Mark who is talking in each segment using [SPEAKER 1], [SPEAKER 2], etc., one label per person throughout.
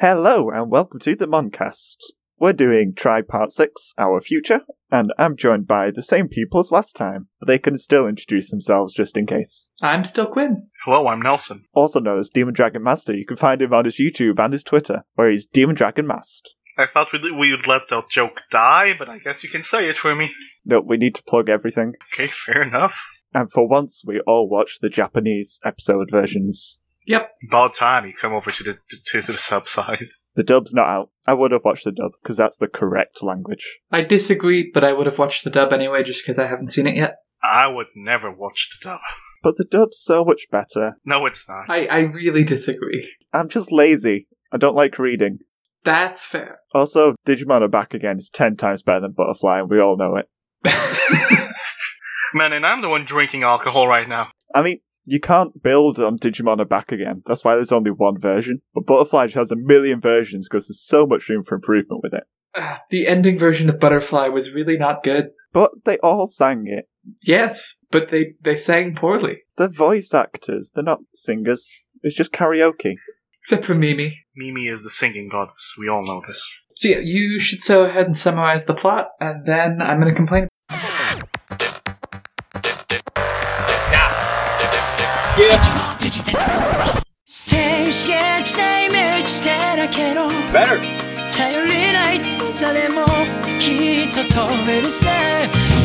[SPEAKER 1] Hello and welcome to the Moncast. We're doing Try Part 6, Our Future, and I'm joined by the same people as last time, but they can still introduce themselves just in case.
[SPEAKER 2] I'm still Quinn.
[SPEAKER 3] Hello, I'm Nelson.
[SPEAKER 1] Also known as Demon Dragon Master, you can find him on his YouTube and his Twitter, where he's Demon Dragon Mast.
[SPEAKER 3] I thought we'd, we'd let the joke die, but I guess you can say it for me.
[SPEAKER 1] Nope, we need to plug everything.
[SPEAKER 3] Okay, fair enough.
[SPEAKER 1] And for once, we all watch the Japanese episode versions.
[SPEAKER 2] Yep.
[SPEAKER 3] About time you come over to the to, to the sub side.
[SPEAKER 1] The dub's not out. I would have watched the dub, because that's the correct language.
[SPEAKER 2] I disagree, but I would have watched the dub anyway just because I haven't seen it yet.
[SPEAKER 3] I would never watch the dub.
[SPEAKER 1] But the dub's so much better.
[SPEAKER 3] No, it's not.
[SPEAKER 2] I, I really disagree.
[SPEAKER 1] I'm just lazy. I don't like reading.
[SPEAKER 2] That's fair.
[SPEAKER 1] Also, Digimon are back again is ten times better than Butterfly, and we all know it.
[SPEAKER 3] Man, and I'm the one drinking alcohol right now.
[SPEAKER 1] I mean, you can't build on Digimon are back again. That's why there's only one version. But Butterfly just has a million versions because there's so much room for improvement with it.
[SPEAKER 2] Ah, the ending version of Butterfly was really not good.
[SPEAKER 1] But they all sang it.
[SPEAKER 2] Yes, but they, they sang poorly.
[SPEAKER 1] They're voice actors. They're not singers. It's just karaoke.
[SPEAKER 2] Except for Mimi.
[SPEAKER 3] Mimi is the singing goddess. We all know this.
[SPEAKER 2] So yeah, you should go ahead and summarize the plot, and then I'm going to complain.
[SPEAKER 4] 選手したイメージだらけの
[SPEAKER 5] better.
[SPEAKER 4] 頼りない翼でもきっと飛べるさ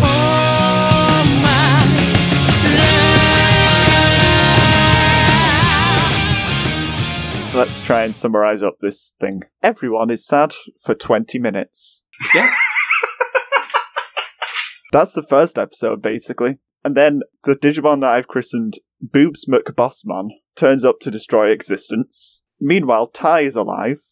[SPEAKER 4] Oh my
[SPEAKER 1] Let's try and summarize up this thing. Everyone is sad for 20 minutes.
[SPEAKER 2] Yeah.
[SPEAKER 1] That's the first episode, basically. And then the Digimon that I've christened Boobs McBossman turns up to destroy existence. Meanwhile, Tai is alive,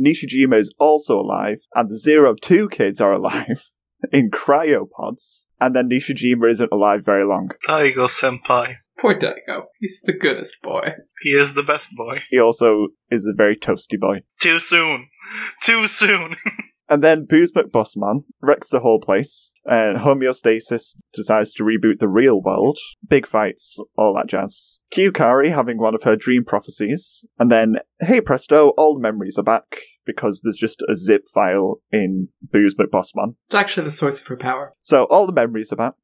[SPEAKER 1] Nishijima is also alive, and the Zero Two kids are alive in cryopods. And then Nishijima isn't alive very long.
[SPEAKER 3] Taigo senpai.
[SPEAKER 2] Poor Daigo. He's the goodest boy.
[SPEAKER 3] He is the best boy.
[SPEAKER 1] He also is a very toasty boy.
[SPEAKER 3] Too soon. Too soon.
[SPEAKER 1] And then Booze McBossman wrecks the whole place, and Homeostasis decides to reboot the real world. Big fights, all that jazz. Kyukari having one of her dream prophecies, and then, hey presto, all the memories are back, because there's just a zip file in Booze McBossman.
[SPEAKER 2] It's actually the source of her power.
[SPEAKER 1] So all the memories are back,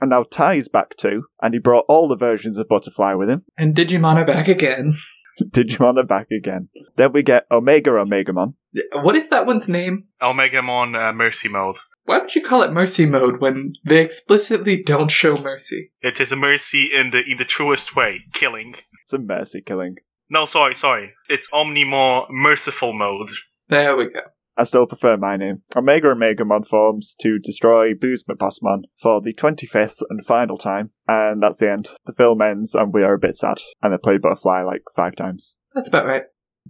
[SPEAKER 1] and now Ty's back too, and he brought all the versions of Butterfly with him.
[SPEAKER 2] And Digimon are back again.
[SPEAKER 1] Digimon are back again. Then we get Omega Omegamon.
[SPEAKER 2] What is that one's name?
[SPEAKER 3] Omegamon uh, Mercy Mode.
[SPEAKER 2] Why would you call it mercy mode when they explicitly don't show mercy?
[SPEAKER 3] It is a mercy in the in the truest way, killing.
[SPEAKER 1] It's a mercy killing.
[SPEAKER 3] No, sorry, sorry. It's Omnimore Merciful Mode.
[SPEAKER 2] There we go.
[SPEAKER 1] I still prefer my name. Omega Omegamon forms to destroy Booze Bossman for the 25th and final time, and that's the end. The film ends, and we are a bit sad, and they play Butterfly like five times.
[SPEAKER 2] That's about right.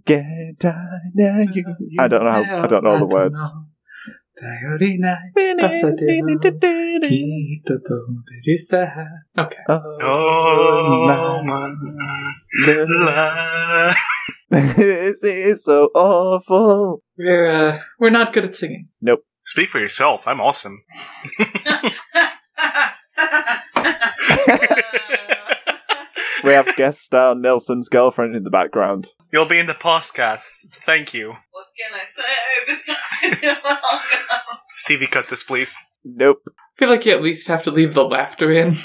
[SPEAKER 1] Get down now, you.
[SPEAKER 2] Mm.
[SPEAKER 1] I don't know how- I don't know all the words.
[SPEAKER 2] Okay.
[SPEAKER 3] Oh,
[SPEAKER 1] Oh, my
[SPEAKER 3] my
[SPEAKER 1] love.
[SPEAKER 3] love.
[SPEAKER 1] This is so awful.
[SPEAKER 2] We're uh, we're not good at singing.
[SPEAKER 3] Speak for yourself. I'm awesome.
[SPEAKER 1] We have guest star Nelson's girlfriend in the background.
[SPEAKER 3] You'll be in the podcast. Thank you.
[SPEAKER 6] What can I say besides welcome?
[SPEAKER 3] Stevie, cut this, please.
[SPEAKER 1] Nope.
[SPEAKER 2] I feel like you at least have to leave the laughter in.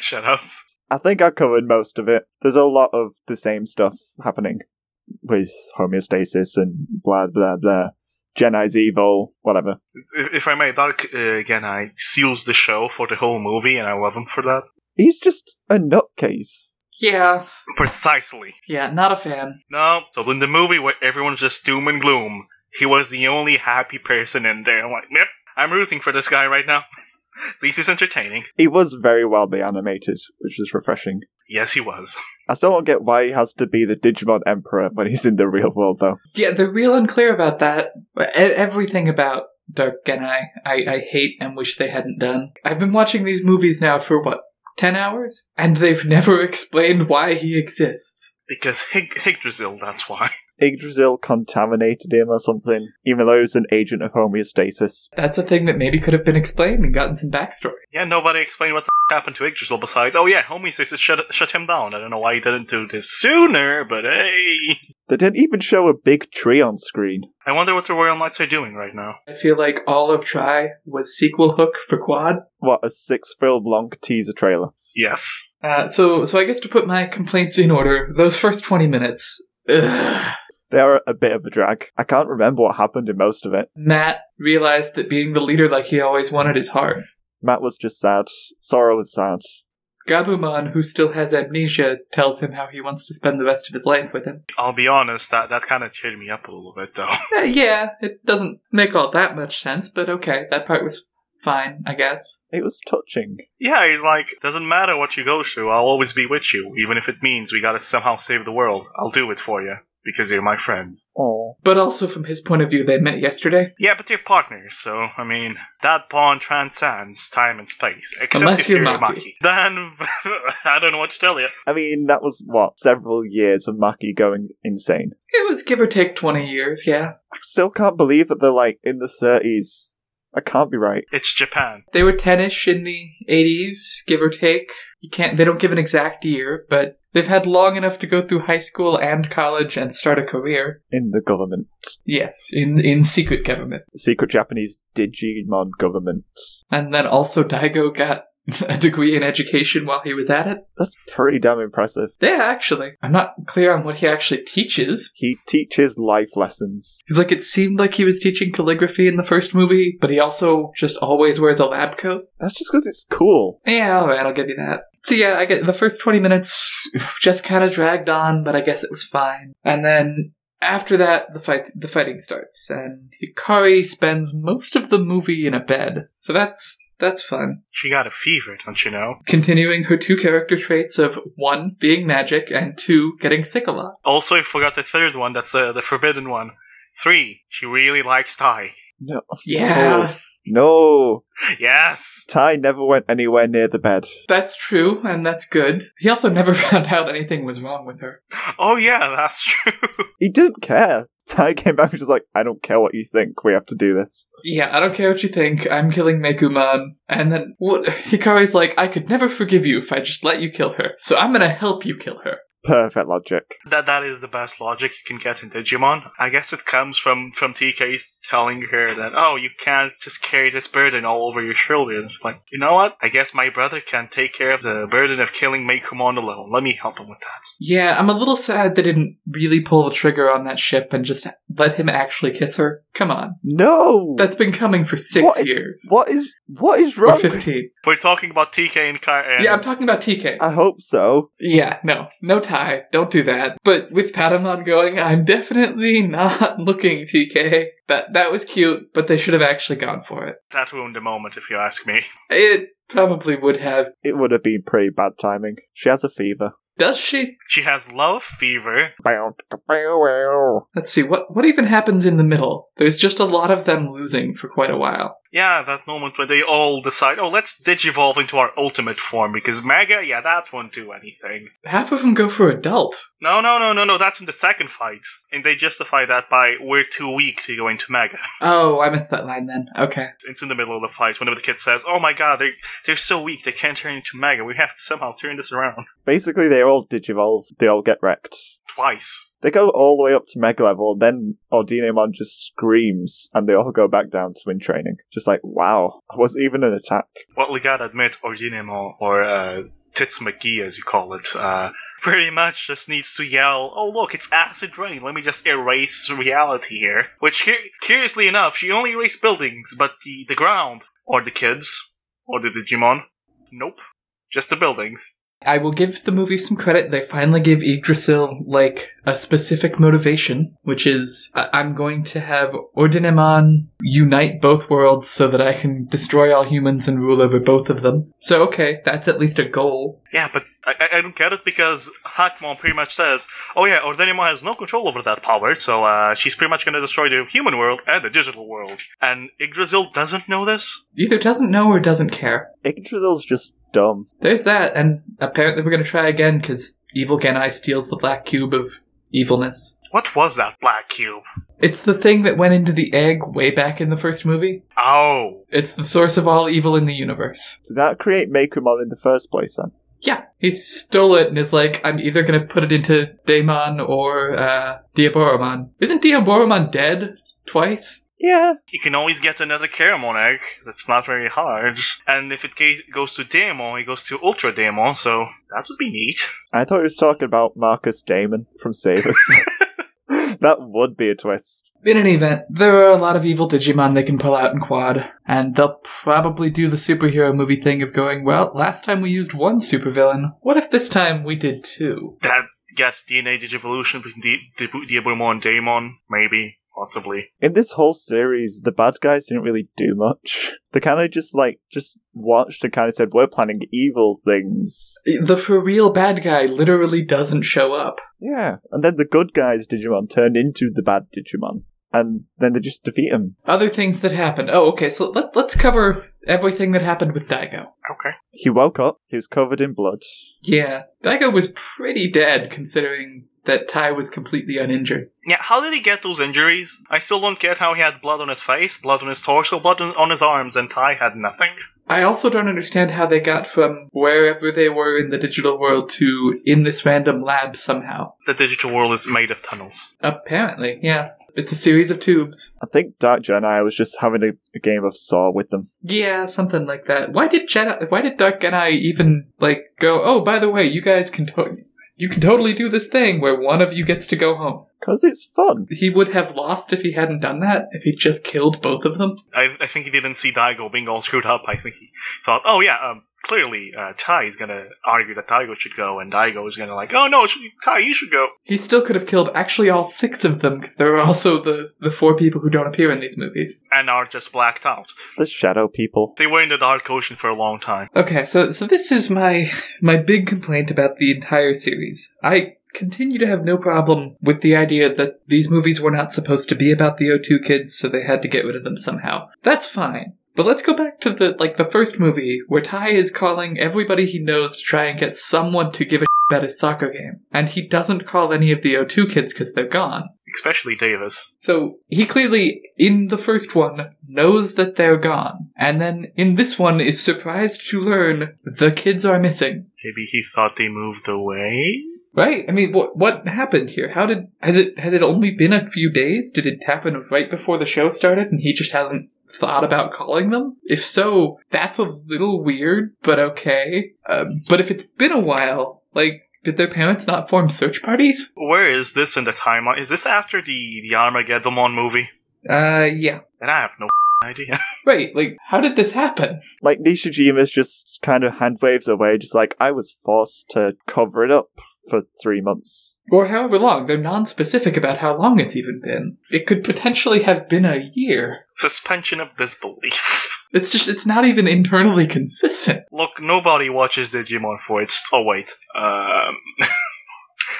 [SPEAKER 3] Shut up.
[SPEAKER 1] I think I covered most of it. There's a lot of the same stuff happening with homeostasis and blah blah blah. Jedi's evil, whatever.
[SPEAKER 3] If if I may, Dark uh, again, I seals the show for the whole movie, and I love him for that.
[SPEAKER 1] He's just a nutcase.
[SPEAKER 2] Yeah,
[SPEAKER 3] Precisely.
[SPEAKER 2] yeah, not a fan.
[SPEAKER 3] No. So in the movie where everyone's just doom and gloom, he was the only happy person in there. I'm like, yep, I'm rooting for this guy right now. At least he's entertaining.
[SPEAKER 1] He was very wildly animated, which is refreshing.
[SPEAKER 3] Yes, he was.
[SPEAKER 1] I still don't get why he has to be the Digimon Emperor when he's in the real world, though.
[SPEAKER 2] Yeah, they're real unclear about that. E- Everything about Dark Genai, I, I hate and wish they hadn't done. I've been watching these movies now for what, 10 hours? And they've never explained why he exists.
[SPEAKER 3] Because Hig- Yggdrasil, that's why.
[SPEAKER 1] Yggdrasil contaminated him or something, even though he was an agent of homeostasis.
[SPEAKER 2] That's a thing that maybe could have been explained and gotten some backstory.
[SPEAKER 3] Yeah, nobody explained what the f- happened to Yggdrasil besides, oh yeah, homie says it shut, shut him down. I don't know why he didn't do this sooner, but hey.
[SPEAKER 1] They didn't even show a big tree on screen.
[SPEAKER 3] I wonder what the Royal Knights are doing right now.
[SPEAKER 2] I feel like all of Try was sequel hook for Quad.
[SPEAKER 1] What, a six film long teaser trailer?
[SPEAKER 3] Yes.
[SPEAKER 2] Uh, so, so I guess to put my complaints in order, those first twenty minutes, ugh.
[SPEAKER 1] They are a bit of a drag. I can't remember what happened in most of it.
[SPEAKER 2] Matt realized that being the leader like he always wanted is hard.
[SPEAKER 1] Matt was just sad. Sora was sad.
[SPEAKER 2] Gabumon, who still has amnesia, tells him how he wants to spend the rest of his life with him.
[SPEAKER 3] I'll be honest, that, that kind of cheered me up a little bit, though.
[SPEAKER 2] Uh, yeah, it doesn't make all that much sense, but okay, that part was fine, I guess.
[SPEAKER 1] It was touching.
[SPEAKER 3] Yeah, he's like, doesn't matter what you go through, I'll always be with you, even if it means we gotta somehow save the world. I'll do it for you, because you're my friend.
[SPEAKER 1] Oh,
[SPEAKER 2] But also, from his point of view, they met yesterday.
[SPEAKER 3] Yeah, but you're partners, so, I mean, that bond transcends time and space. Except
[SPEAKER 2] Unless
[SPEAKER 3] if
[SPEAKER 2] you're
[SPEAKER 3] you're
[SPEAKER 2] Maki.
[SPEAKER 3] Maki. Then, I don't know what to tell you.
[SPEAKER 1] I mean, that was what several years of Maki going insane.
[SPEAKER 2] It was give or take 20 years, yeah.
[SPEAKER 1] I still can't believe that they're like in the thirties. I can't be right.
[SPEAKER 3] It's Japan.
[SPEAKER 2] They were 10ish in the 80s, give or take. You can't, they don't give an exact year, but they've had long enough to go through high school and college and start a career.
[SPEAKER 1] In the government,
[SPEAKER 2] Yes, in, in secret government.
[SPEAKER 1] secret Japanese Digimon government.
[SPEAKER 2] And then also Daigo got a degree in education while he was at it.
[SPEAKER 1] That's pretty damn impressive.
[SPEAKER 2] Yeah, actually. I'm not clear on what he actually teaches.
[SPEAKER 1] He teaches life lessons.
[SPEAKER 2] He's like, it seemed like he was teaching calligraphy in the first movie, but he also just always wears a lab coat.
[SPEAKER 1] That's just because it's cool.
[SPEAKER 2] Yeah, alright, I'll give you that. So yeah, I get the first 20 minutes just kind of dragged on, but I guess it was fine. And then after that, the fight the fighting starts and Hikari spends most of the movie in a bed. So that's that's fun.
[SPEAKER 3] She got a fever, don't you know?
[SPEAKER 2] Continuing her two character traits of one being magic and two getting sick a lot.
[SPEAKER 3] Also, I forgot the third one, that's uh, the forbidden one. Three, she really likes Tai.
[SPEAKER 1] No,
[SPEAKER 2] Yeah,
[SPEAKER 1] no.
[SPEAKER 3] Yes!
[SPEAKER 1] Ty never went anywhere near the bed.
[SPEAKER 2] that's true, and that's good. He also never found out anything was wrong with her.
[SPEAKER 3] Oh, yeah, that's true.
[SPEAKER 1] He didn't care. Ty came back and was just like, I don't care what you think. We have to do this.
[SPEAKER 2] Yeah, I don't care what you think. I'm killing Mekuman. And then what, Hikari's like, I could never forgive you if I just let you kill her. So I'm gonna help you kill her.
[SPEAKER 1] Perfect logic.
[SPEAKER 3] That that is the best logic you can get in Digimon. I guess it comes from from TK telling her that oh you can't just carry this burden all over your shoulder. And it's like you know what? I guess my brother can take care of the burden of killing Mekumon alone. Let me help him with that.
[SPEAKER 2] Yeah, I'm a little sad they didn't really pull the trigger on that ship and just let him actually kiss her. Come on.
[SPEAKER 1] No.
[SPEAKER 2] That's been coming for six
[SPEAKER 1] What?
[SPEAKER 2] years.
[SPEAKER 1] what is what is
[SPEAKER 2] Or
[SPEAKER 1] wrong? with-
[SPEAKER 2] 15.
[SPEAKER 3] We're talking about TK and Kai. And
[SPEAKER 2] Yeah, I'm talking about TK.
[SPEAKER 1] I hope so.
[SPEAKER 2] yeah, no. No tie. Don't do that. But with Patamon going, I'm definitely not looking, TK. That, that was cute, but they should have actually gone for it.
[SPEAKER 3] that ruined the moment, if you ask me.
[SPEAKER 2] It probably would have.
[SPEAKER 1] It would have been pretty bad timing. She has a fever.
[SPEAKER 2] Does she?
[SPEAKER 3] She has love fever.
[SPEAKER 1] Bow, bow, bow.
[SPEAKER 2] Let's see what what even happens in the middle. There's just a lot of them losing for quite a while.
[SPEAKER 3] Yeah, that moment when they all decide, oh, let's digivolve into our ultimate form because Mega, yeah, that won't do anything.
[SPEAKER 2] Half of them go for adult.
[SPEAKER 3] No, no, no, no, no. That's in the second fight, and they justify that by we're too weak to go into Mega.
[SPEAKER 2] Oh, I missed that line then. Okay.
[SPEAKER 3] it's in the middle of the fight when the kid says, "Oh my god, they're they're so weak, they can't turn into Mega. We have to somehow turn this around."
[SPEAKER 1] Basically, they all digivolve. They all get wrecked.
[SPEAKER 3] Twice.
[SPEAKER 1] They go all the way up to mega level, then Ordinomon just screams, and they all go back down to win training. Just like, wow, that wasn't even an attack.
[SPEAKER 3] Well, we gotta admit, Ordinemo or uh, Tits McGee, as you call it, uh, pretty much just needs to yell, "Oh look, it's acid rain. Let me just erase reality here." Which, cu- curiously enough, she only erased buildings, but the the ground or the kids or the Digimon, nope, just the buildings.
[SPEAKER 2] I will give the movie some credit. They finally give Yggdrasil like a specific motivation, which is I- I'm going to have Ordinemon unite both worlds so that I can destroy all humans and rule over both of them. So okay, that's at least a goal.
[SPEAKER 3] Yeah, but I, I- I don't get it because Hackmon pretty much says, oh yeah, Ordenima has no control over that power, so uh, she's pretty much going to destroy the human world and the digital world. And Yggdrasil doesn't know this?
[SPEAKER 2] Either doesn't know or doesn't care.
[SPEAKER 1] Yggdrasil's just dumb.
[SPEAKER 2] There's that, and apparently we're gonna try again because evil Genai steals the black cube of evilness.
[SPEAKER 3] What was that black cube?
[SPEAKER 2] It's the thing that went into the egg way back in the first movie.
[SPEAKER 3] Oh.
[SPEAKER 2] It's the source of all evil in the universe.
[SPEAKER 1] Did that create Mekumon in the first place then?
[SPEAKER 2] Yeah, he stole it and is like, I'm either gonna put it into Daemon or uh, Diaboromon. Isn't Diaboromon dead twice?
[SPEAKER 1] Yeah.
[SPEAKER 3] You can always get another Caramon egg. That's not very hard. And if it ga- goes to Daemon, it goes to Ultra Daemon, so that would be neat.
[SPEAKER 1] I thought he was talking about Marcus Damon from Savers. that would be a twist.
[SPEAKER 2] In any event, there are a lot of evil Digimon they can pull out in quad, and they'll probably do the superhero movie thing of going, well, last time we used one supervillain, what if this time we did two?
[SPEAKER 3] That gets DNA Digivolution between Di- Di- Diablo and Daemon, maybe, possibly.
[SPEAKER 1] In this whole series, the bad guys didn't really do much. They kind of just like just watched and kind of said, "We're planning evil things."
[SPEAKER 2] The for real bad guy literally doesn't show up.
[SPEAKER 1] Yeah, and then the good guys Digimon turned into the bad Digimon, and then they just defeat him.
[SPEAKER 2] Other things that happened. Oh, okay, so let, let's cover everything that happened with Daigo.
[SPEAKER 3] Okay.
[SPEAKER 1] He woke up. He was covered in blood.
[SPEAKER 2] Yeah, Daigo was pretty dead considering that Tai was completely uninjured.
[SPEAKER 3] Yeah, how did he get those injuries? I still don't get how he had blood on his face, blood on his torso, blood on, on his arms, and Tai had nothing.
[SPEAKER 2] I also don't understand how they got from wherever they were in the digital world to in this random lab somehow.
[SPEAKER 3] The digital world is made of tunnels.
[SPEAKER 2] Apparently, yeah. It's a series of tubes.
[SPEAKER 1] I think Dark Jedi was just having a, a game of Saw with them.
[SPEAKER 2] Yeah, something like that. Why did Jedi, why did Duck and I even like go? Oh, by the way, you guys can to- you can totally do this thing where one of you gets to go home.
[SPEAKER 1] Cause it's fun.
[SPEAKER 2] He would have lost if he hadn't done that. If he just killed both of them.
[SPEAKER 3] I, I think he didn't see Daigo being all screwed up. I think he thought, oh yeah, um, clearly uh, Tai is gonna argue that Daigo should go, and Daigo is gonna like, oh no, it should, Tai, you should go.
[SPEAKER 2] He still could have killed actually all six of them because there are also the the four people who don't appear in these movies.
[SPEAKER 3] And are just blacked out.
[SPEAKER 1] The shadow people.
[SPEAKER 3] They were in the Dark Ocean for a long time.
[SPEAKER 2] Okay, so so this is my my big complaint about the entire series. I continue to have no problem with the idea that these movies were not supposed to be about the O2 kids, so they had to get rid of them somehow. That's fine. But let's go back to the like the first movie where Ty is calling everybody he knows to try and get someone to give a about his soccer game, and he doesn't call any of the O2 kids because they're gone.
[SPEAKER 3] Especially Davis.
[SPEAKER 2] So he clearly, in the first one, knows that they're gone, and then in this one is surprised to learn the kids are missing.
[SPEAKER 3] Maybe he thought they moved away?
[SPEAKER 2] Right? I mean, what what happened here? How did has it has it only been a few days? Did it happen right before the show started, and he just hasn't thought about calling them? If so, that's a little weird, but okay. Uh, but if it's been a while, like. Did their parents not form search parties?
[SPEAKER 3] Where is this in the timeline? Is this after the, the Armageddon movie?
[SPEAKER 2] Uh, yeah.
[SPEAKER 3] And I have no idea.
[SPEAKER 2] Right, like, how did this happen?
[SPEAKER 1] Like Nishijima's just kind of hand waves away, just like I was forced to cover it up for three months.
[SPEAKER 2] Or however long. They're non specific about how long it's even been. It could potentially have been a year.
[SPEAKER 3] Suspension of disbelief.
[SPEAKER 2] It's just, it's not even internally consistent.
[SPEAKER 3] Look, nobody watches Digimon for its. Oh wait, um,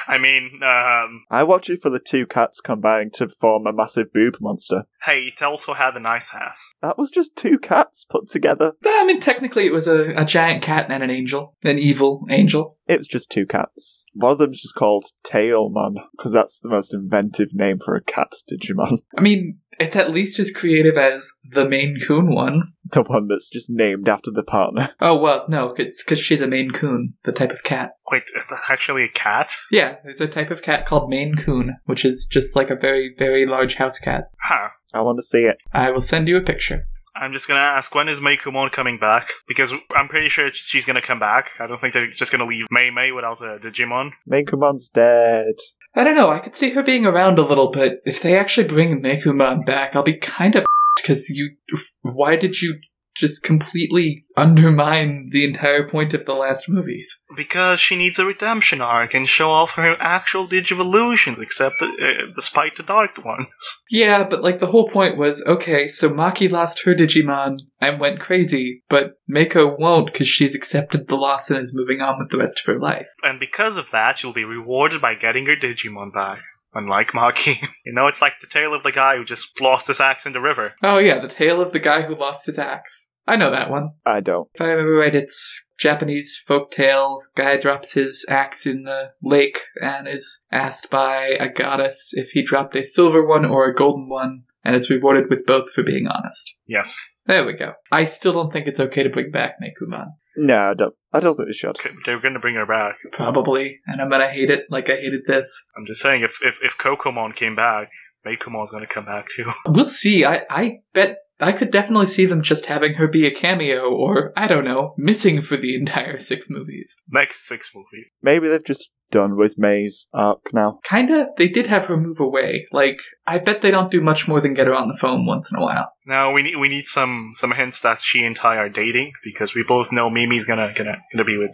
[SPEAKER 3] I mean, um,
[SPEAKER 1] I watch it for the two cats combining to form a massive boob monster.
[SPEAKER 3] hey, it also had a nice ass.
[SPEAKER 1] That was just two cats put together.
[SPEAKER 2] But I mean, technically, it was a, a giant cat and an angel, an evil angel.
[SPEAKER 1] It was just two cats. One of them's just called Tailman, because that's the most inventive name for a cat Digimon.
[SPEAKER 2] I mean, it's at least as creative as the Maine Coon one.
[SPEAKER 1] The one that's just named after the partner.
[SPEAKER 2] Oh, well, no, it's because she's a Maine Coon, the type of cat.
[SPEAKER 3] Wait, is that actually a cat?
[SPEAKER 2] Yeah, there's a type of cat called Maine Coon, which is just like a very, very large house cat.
[SPEAKER 3] Huh.
[SPEAKER 1] I want to see it.
[SPEAKER 2] I will send you a picture.
[SPEAKER 3] I'm just gonna ask when is Meikumon coming back? Because I'm pretty sure she's gonna come back. I don't think they're just gonna leave Mei Mei without a Digimon.
[SPEAKER 1] Main command's dead.
[SPEAKER 2] I don't know. I could see her being around a little bit. If they actually bring Mekuman back, I'll be kind of because you. Why did you just completely undermine the entire point of the last movies?
[SPEAKER 3] Because she needs a redemption arc and show off her actual Digivolutions, except uh, despite the dark ones.
[SPEAKER 2] Yeah, but like the whole point was okay. So Maki lost her Digimon and went crazy, but Meko won't because she's accepted the loss and is moving on with the rest of her life.
[SPEAKER 3] and because of that, you'll be rewarded by getting your Digimon back. Unlike Maki, you know, it's like the tale of the guy who just lost his axe in the river.
[SPEAKER 2] Oh yeah, the tale of the guy who lost his axe. I know that one.
[SPEAKER 1] I don't.
[SPEAKER 2] If I remember right, it's Japanese folktale. Guy drops his axe in the lake and is asked by a goddess if he dropped a silver one or a golden one, and is rewarded with both for being honest.
[SPEAKER 3] Yes.
[SPEAKER 2] There we go. I still don't think it's okay to bring back Nekuman.
[SPEAKER 1] No, I don't, I don't think they should.
[SPEAKER 3] Okay, They're gonna bring her back.
[SPEAKER 2] Probably. And I'm gonna hate it like I hated this.
[SPEAKER 3] I'm just saying, if if, if Kokomon came back, Meikumon's gonna come back too.
[SPEAKER 2] We'll see. I, I bet I could definitely see them just having her be a cameo or, I don't know, missing for the entire six movies.
[SPEAKER 3] Next six movies.
[SPEAKER 1] Maybe they've just done with May's arc now.
[SPEAKER 2] Kinda, they did have her move away. Like, I bet they don't do much more than get her on the phone once in a while.
[SPEAKER 3] Now we need we need some some hints that she and Ty are dating because we both know Mimi's gonna gonna gonna be with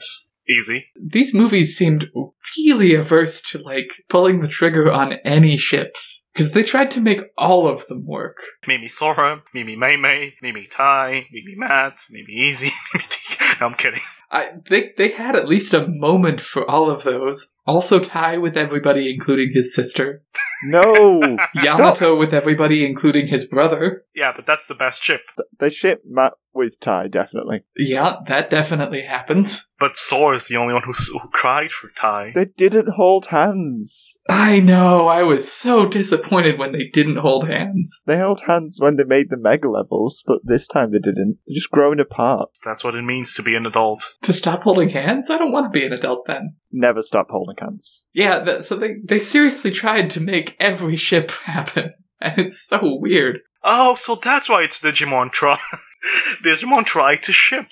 [SPEAKER 3] Easy.
[SPEAKER 2] These movies seemed really averse to, like, pulling the trigger on any ships. Because they tried to make all of them work.
[SPEAKER 3] Mimi Sora, Mimi Mei Mei, Mimi Tai, Mimi Matt, Mimi Easy, Mimi T. No, I'm kidding.
[SPEAKER 2] I, they, they had at least a moment for all of those. Also, Ty with everybody, including his sister.
[SPEAKER 1] No!
[SPEAKER 2] Yamato with everybody, including his brother.
[SPEAKER 3] Yeah, but that's the best chip.
[SPEAKER 1] they ship Matt with Ty, definitely.
[SPEAKER 2] Yeah, that definitely happens.
[SPEAKER 3] But Sora is the only one who, s- who cried for Tai.
[SPEAKER 1] They didn't hold hands.
[SPEAKER 2] I know, I was so disappointed when they didn't hold hands.
[SPEAKER 1] They held hands when they made the mega levels, but this time they didn't. They're just growing apart.
[SPEAKER 3] That's what it means to be an adult.
[SPEAKER 2] To stop holding hands? I don't want to be an adult then.
[SPEAKER 1] Never stop holding hands.
[SPEAKER 2] Yeah, th so they, they seriously tried to make every ship happen. And it's so weird.
[SPEAKER 3] Oh, so that's why it's Digimon try. Digimon try to ship.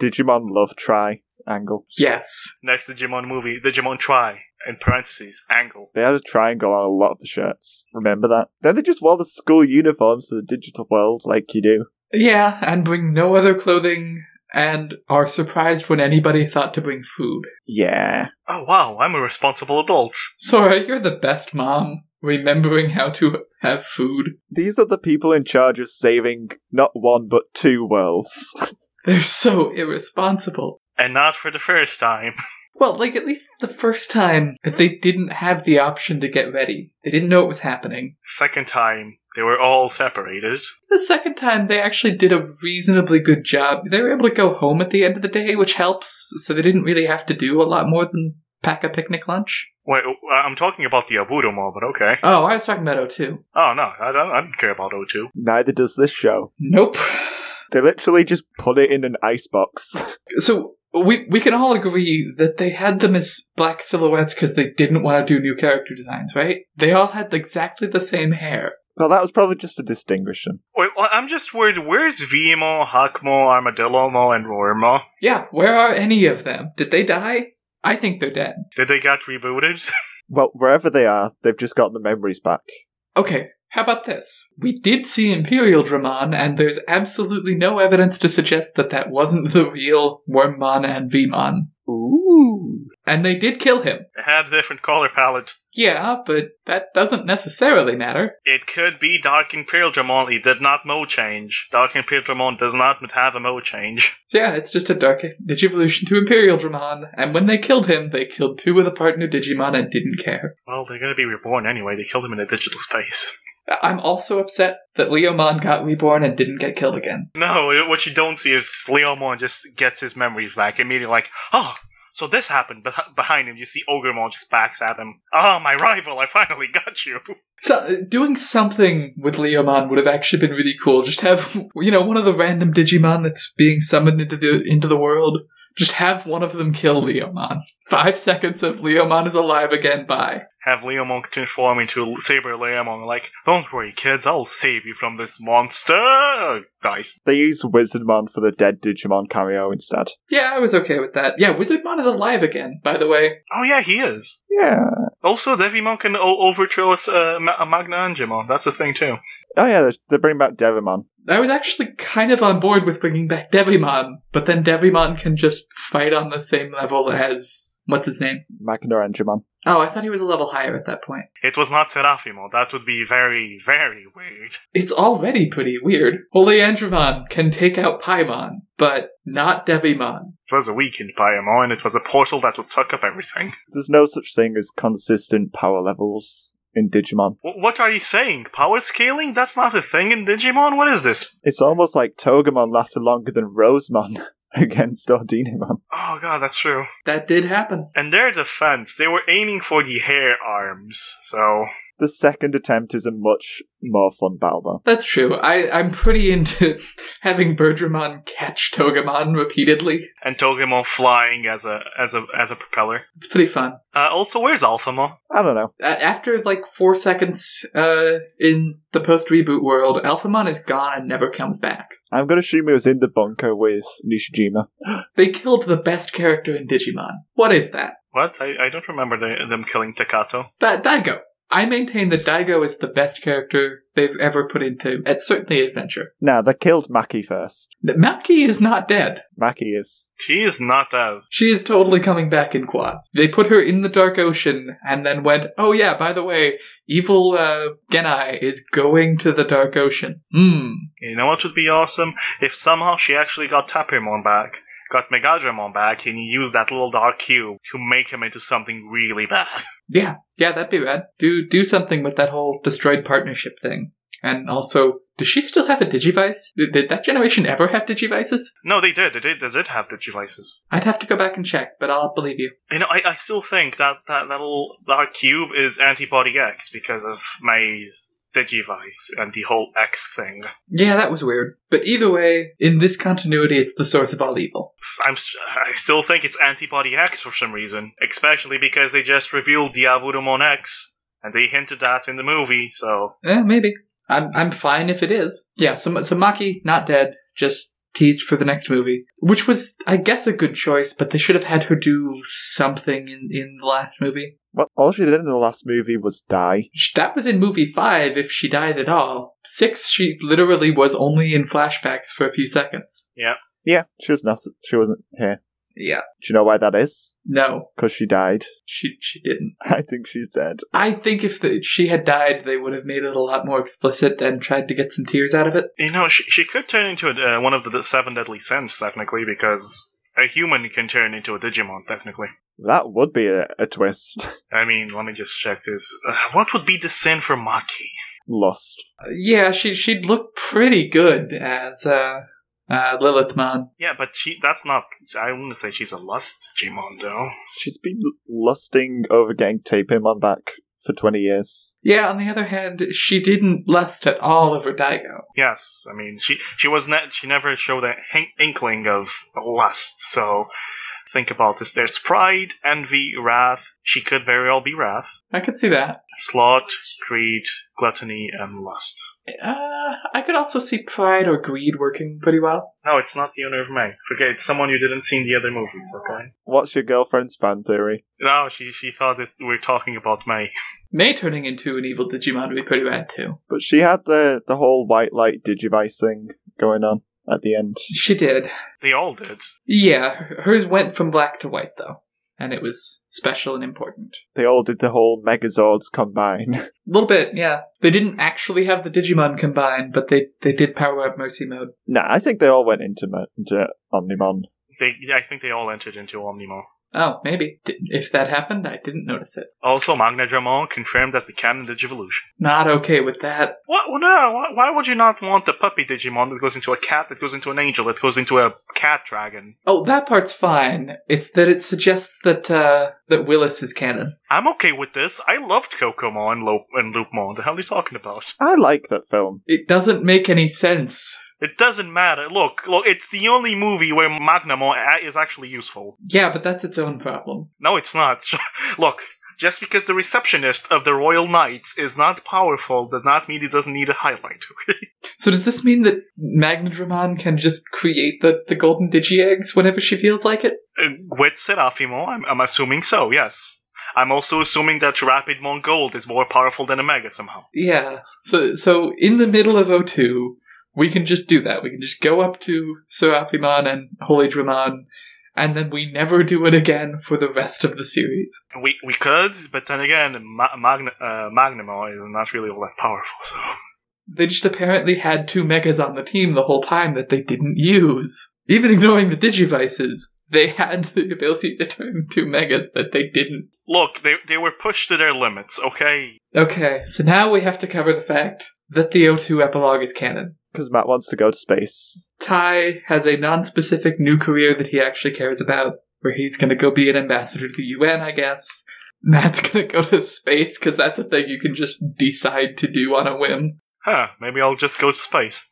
[SPEAKER 1] Digimon love try angle.
[SPEAKER 2] Yes.
[SPEAKER 3] Next Digimon movie, Digimon try in parentheses angle.
[SPEAKER 1] They had a triangle on a lot of the shirts. Remember that? Then they just wore the school uniforms to the digital world like you do.
[SPEAKER 2] Yeah, and bring no other clothing and are surprised when anybody thought to bring food.
[SPEAKER 1] Yeah.
[SPEAKER 3] Oh wow, I'm a responsible adult.
[SPEAKER 2] Sora, you're the best mom, remembering how to have food.
[SPEAKER 1] These are the people in charge of saving not one but two worlds.
[SPEAKER 2] They're so irresponsible.
[SPEAKER 3] And not for the first time.
[SPEAKER 2] Well, like at least the first time that they didn't have the option to get ready. They didn't know it was happening.
[SPEAKER 3] Second time, they were all separated.
[SPEAKER 2] The second time they actually did a reasonably good job. They were able to go home at the end of the day, which helps, so they didn't really have to do a lot more than pack a picnic lunch.
[SPEAKER 3] Wait, uh, I'm talking about the Abudo mall, but okay.
[SPEAKER 2] Oh, I was talking about O2.
[SPEAKER 3] Oh no, I don't, I don't care about O2.
[SPEAKER 1] Neither does this show.
[SPEAKER 2] Nope.
[SPEAKER 1] They literally just put it in an icebox.
[SPEAKER 2] So we we can all agree that they had them as black silhouettes because they didn't want to do new character designs, right? They all had exactly the same hair.
[SPEAKER 1] well, that was probably just to distinguish them.
[SPEAKER 3] Wait, well, I'm just worried. Where's Vimo, Hakumo, Armadillo Mo, and Roarmo?
[SPEAKER 2] Yeah, where are any of them? Did they die? I think they're dead.
[SPEAKER 3] Did they get rebooted?
[SPEAKER 1] Well, wherever they are, they've just gotten the memories back.
[SPEAKER 2] Okay, how about this? We did see Imperial Dramon, and there's absolutely no evidence to suggest that that wasn't the real Wormmon and Vmon.
[SPEAKER 1] Ooh.
[SPEAKER 2] And they did kill him.
[SPEAKER 3] They had a different color palette.
[SPEAKER 2] Yeah, but that doesn't necessarily matter.
[SPEAKER 3] It could be Dark Imperial Dramon. It did not mo change. Dark Imperial Dramon does not have a mo change.
[SPEAKER 2] Yeah, it's just a dark Digivolution to Imperial Dramon, and when they killed him, they killed two of the partner Digimon and didn't care.
[SPEAKER 3] Well, they're gonna be reborn anyway. They killed him in a digital space.
[SPEAKER 2] I- I'm also upset that Leomon got reborn and didn't get killed again.
[SPEAKER 3] No, what you don't see is Leomon just gets his memories back immediately. Like, oh, so this happened. But behind him, you see Ogremon just backs at him. Oh, my rival! I finally got you.
[SPEAKER 2] So, uh, doing something with Leomon would have actually been really cool. Just have, you know, one of the random Digimon that's being summoned into the, into the world, just have one of them kill Leomon. Five seconds of Leomon is alive again, bye.
[SPEAKER 3] Have Leomon transform into Saber Leomon. Like, don't worry, kids. I'll save you from this monster. Dies.
[SPEAKER 1] They use Wizardmon for the dead Digimon cameo instead.
[SPEAKER 2] Yeah, I was okay with that. Yeah, Wizardmon is alive again, by the way.
[SPEAKER 3] Oh yeah, he is.
[SPEAKER 1] Yeah.
[SPEAKER 3] Also, Devimon can o- overthrow us, uh, Ma- Magna Angemon. That's a thing too.
[SPEAKER 1] Oh yeah, they- they bring back Devimon.
[SPEAKER 2] I was actually kind of on board with bringing back Devimon, but then Devimon can just fight on the same level as. What's his name?
[SPEAKER 1] Magna Angemon.
[SPEAKER 2] Oh, I thought he was a level higher at that point.
[SPEAKER 3] It was not Seraphimon. That would be very, very weird.
[SPEAKER 2] It's already pretty weird. Holy Andromon can take out Paimon, but not Devimon.
[SPEAKER 3] It was a weakened Paimon, and it was a portal that would suck up everything.
[SPEAKER 1] There's no such thing as consistent power levels in Digimon.
[SPEAKER 3] W- what are you saying? Power scaling? That's not a thing in Digimon? What is this?
[SPEAKER 1] It's almost like Togemon lasted longer than Rosemon against Ordinimon.
[SPEAKER 3] Oh god, that's true.
[SPEAKER 2] That did happen.
[SPEAKER 3] And their defense, they were aiming for the hair arms, so.
[SPEAKER 1] The second attempt is a much more fun battle, though.
[SPEAKER 2] That's true. I, I'm pretty into having Bergramon catch Togemon repeatedly.
[SPEAKER 3] and Togemon flying as a as a as a propeller.
[SPEAKER 2] It's pretty fun.
[SPEAKER 3] Uh, also, where's Alphamon?
[SPEAKER 1] I don't know.
[SPEAKER 2] A- After like four seconds uh, in the post reboot world, Alphamon is gone and never comes back.
[SPEAKER 1] I'm going to assume it was in the bunker with Nishijima.
[SPEAKER 2] They killed the best character in Digimon. What is that?
[SPEAKER 3] What? I, I don't remember the, them killing Takato.
[SPEAKER 2] That Daigo. I maintain that Daigo is the best character they've ever put into, at certainly Adventure.
[SPEAKER 1] Nah, they killed Maki first.
[SPEAKER 2] That Maki is not dead.
[SPEAKER 1] Maki is.
[SPEAKER 3] She is not dead.
[SPEAKER 2] She is totally coming back in Quad. They put her in the Dark Ocean and then went, oh yeah, by the way, evil uh, Genai is going to the Dark Ocean. Hmm.
[SPEAKER 3] You know what would be awesome? If somehow she actually got Tapirmon back, got Megadramon back, and you use that little dark cube to make him into something really bad.
[SPEAKER 2] Yeah, yeah, that'd be rad. Do do something with that whole destroyed partnership thing. And also, does she still have a Digivice? Did, did that generation ever have Digivices?
[SPEAKER 3] No, they did. They did, they did have the devices.
[SPEAKER 2] I'd have to go back and check, but I'll believe you.
[SPEAKER 3] You know, I, I still think that, that that little dark cube is Antibody X because of May's Digivice and the whole X thing.
[SPEAKER 2] Yeah, that was weird. But either way, in this continuity, it's the source of all evil.
[SPEAKER 3] I'm s- I still think it's Antibody X for some reason, especially because they just revealed Diaburumon X, and they hinted that in the movie. So
[SPEAKER 2] Eh, maybe. I'm I'm fine if it is. Yeah. So so Maki not dead, just teased for the next movie, which was I guess a good choice, but they should have had her do something in in the last movie.
[SPEAKER 1] Well, all she did in the last movie was die.
[SPEAKER 2] Sh- That was in movie five, if she died at all. Six, she literally was only in flashbacks for a few seconds.
[SPEAKER 1] Yeah, she was not. She wasn't here.
[SPEAKER 2] Yeah.
[SPEAKER 1] Do you know why that is?
[SPEAKER 2] No,
[SPEAKER 1] Because she died.
[SPEAKER 2] she she didn't.
[SPEAKER 1] I think she's dead.
[SPEAKER 2] I think if the, she had died, they would have made it a lot more explicit and tried to get some tears out of it.
[SPEAKER 3] you know, she she could turn into a, uh, one of the seven deadly sins technically, because a human can turn into a Digimon technically.
[SPEAKER 1] That would be a, a twist.
[SPEAKER 3] I mean, let me just check this. Uh, what would be the sin for Maki?
[SPEAKER 1] Lost.
[SPEAKER 2] Yeah, she she'd look pretty good as uh, uh, Lilith Mon.
[SPEAKER 3] Yeah, but she—that's not. I wouldn't say she's a lust Digimon though.
[SPEAKER 1] She's been lusting over getting Tapemon back for 20 years.
[SPEAKER 2] Yeah, on the other hand, she didn't lust at all over Daigo.
[SPEAKER 3] Yes, I mean she she was not she never showed an hin- inkling of lust. So think about this: there's pride, envy, wrath. She could very well be wrath,
[SPEAKER 2] I could see that.
[SPEAKER 3] sloth, greed, gluttony, and lust.
[SPEAKER 2] Uh, I could also see pride or greed working pretty well.
[SPEAKER 3] No, it's not the owner of May. Forget it's someone you didn't see in the other movies. Okay.
[SPEAKER 1] What's your girlfriend's fan theory?
[SPEAKER 3] No, she she thought that we are talking about May.
[SPEAKER 2] May turning into an evil Digimon would be pretty rad too.
[SPEAKER 1] But she had the, the whole white light digivice thing going on at the end.
[SPEAKER 2] She did.
[SPEAKER 3] They all did.
[SPEAKER 2] Yeah, hers went from black to white though, and it was special and important.
[SPEAKER 1] They all did the whole Megazords combine.
[SPEAKER 2] A little bit, yeah. They didn't actually have the Digimon combined, but they they did power up Mercy Mode.
[SPEAKER 1] nah, I think they all went into, Mo- into Omnimon.
[SPEAKER 3] They I think they all entered into Omnimo.
[SPEAKER 2] Oh, maybe. D- if that happened, I didn't notice it.
[SPEAKER 3] Also, Magnadramon confirmed as the canon Digivolution.
[SPEAKER 2] Not okay with that.
[SPEAKER 3] What? Well, no. Why, why would you not want the puppy Digimon that goes into a cat, that goes into an angel, that goes into a cat dragon?
[SPEAKER 2] Oh, that part's fine. It's that it suggests that uh, that Willis is canon.
[SPEAKER 3] I'm okay with this. I loved Kokomo and, Lo- and Loopmon. The hell are you talking about?
[SPEAKER 1] I like that film.
[SPEAKER 2] It doesn't make any sense.
[SPEAKER 3] It doesn't matter. Look, look. It's the only movie where Magnamon a- is actually useful.
[SPEAKER 2] Yeah, but that's its own problem.
[SPEAKER 3] No, it's not. look. Just because the receptionist of the Royal Knights is not powerful does not mean he doesn't need a highlight.
[SPEAKER 2] So does this mean that Magnadramon can just create the, the golden digi eggs whenever she feels like it?
[SPEAKER 3] Uh, with Serafimo, I'm, I'm assuming so, yes. I'm also assuming that Rapidmon Gold is more powerful than Omega somehow.
[SPEAKER 2] Yeah. So so in the middle of O2, we can just do that. We can just go up to Serapimon and Holy Dramon, and then we never do it again for the rest of the series.
[SPEAKER 3] We we could, but then again, Ma- Magna- uh, Magnamor is not really all that powerful. So
[SPEAKER 2] They just apparently had two mechas on the team the whole time that they didn't use. Even ignoring the digivices, they had the ability to turn two megas that they didn't.
[SPEAKER 3] look, they they were pushed to their limits. Okay,
[SPEAKER 2] Okay, so now we have to cover the fact that the O2 epilogue is canon.
[SPEAKER 1] Because Matt wants to go to space.
[SPEAKER 2] Ty has a non-specific new career that he actually cares about, where he's going to go be an ambassador to the UN, I guess. Nat's gonna go to space because that's a thing you can just decide to do on a whim.
[SPEAKER 3] Huh, maybe I'll just go to space.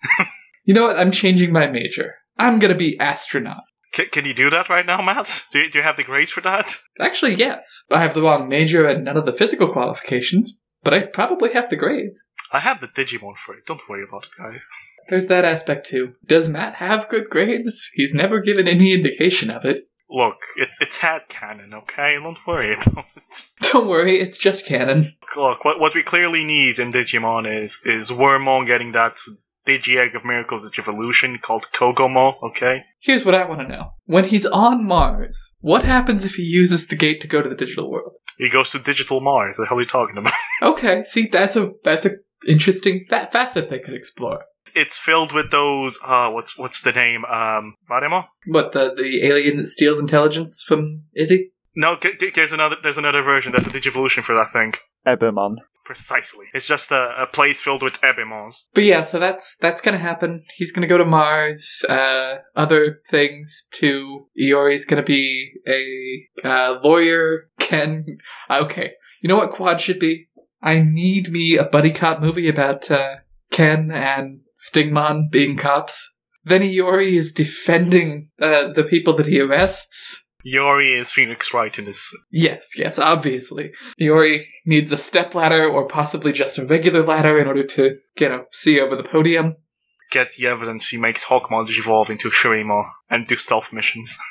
[SPEAKER 2] You know what? I'm changing my major. I'm gonna be astronaut.
[SPEAKER 3] Can, can you do that right now, Matt? Do you, do you have the grades for that?
[SPEAKER 2] Actually, yes. I have the wrong major and none of the physical qualifications, but I probably have the grades.
[SPEAKER 3] I have the Digimon for it. Don't worry about it, guy.
[SPEAKER 2] There's that aspect too. Does Matt have good grades? He's never given any indication of it.
[SPEAKER 3] Look, it's it's head canon, okay? Don't worry about it.
[SPEAKER 2] Don't worry, it's just canon.
[SPEAKER 3] Look, what what we clearly need in Digimon is is Wormon getting that Digi Egg of Miracles of Evolution called Kogomo, okay?
[SPEAKER 2] Here's what I want to know. When he's on Mars, what happens if he uses the gate to go to the digital world?
[SPEAKER 3] He goes to Digital Mars. The hell are you talking about?
[SPEAKER 2] Okay, see, that's a that's a interesting fa- facet they could explore.
[SPEAKER 3] It's filled with those uh what's what's the name? Um Maremo?
[SPEAKER 2] What the the alien that steals intelligence from Izzy?
[SPEAKER 3] No, g- g- there's another there's another version. There's a Digivolution for that thing.
[SPEAKER 1] Eberman.
[SPEAKER 3] Precisely. It's just a, a place filled with Ebimons.
[SPEAKER 2] But yeah, so that's that's gonna happen. He's gonna go to Mars. Uh, other things too. Iori's gonna be a uh, lawyer. Ken. Okay, you know what Quad should be? I need me a buddy cop movie about uh, Ken and Stigmon being cops. Then Iori is defending uh, the people that he arrests.
[SPEAKER 3] Yori is Phoenix Wright in this.
[SPEAKER 2] Yes, yes, obviously. Iori needs a stepladder or possibly just a regular ladder in order to, you know, see over the podium.
[SPEAKER 3] Get the evidence he makes Hawkmon evolve into Shurima and do stealth missions.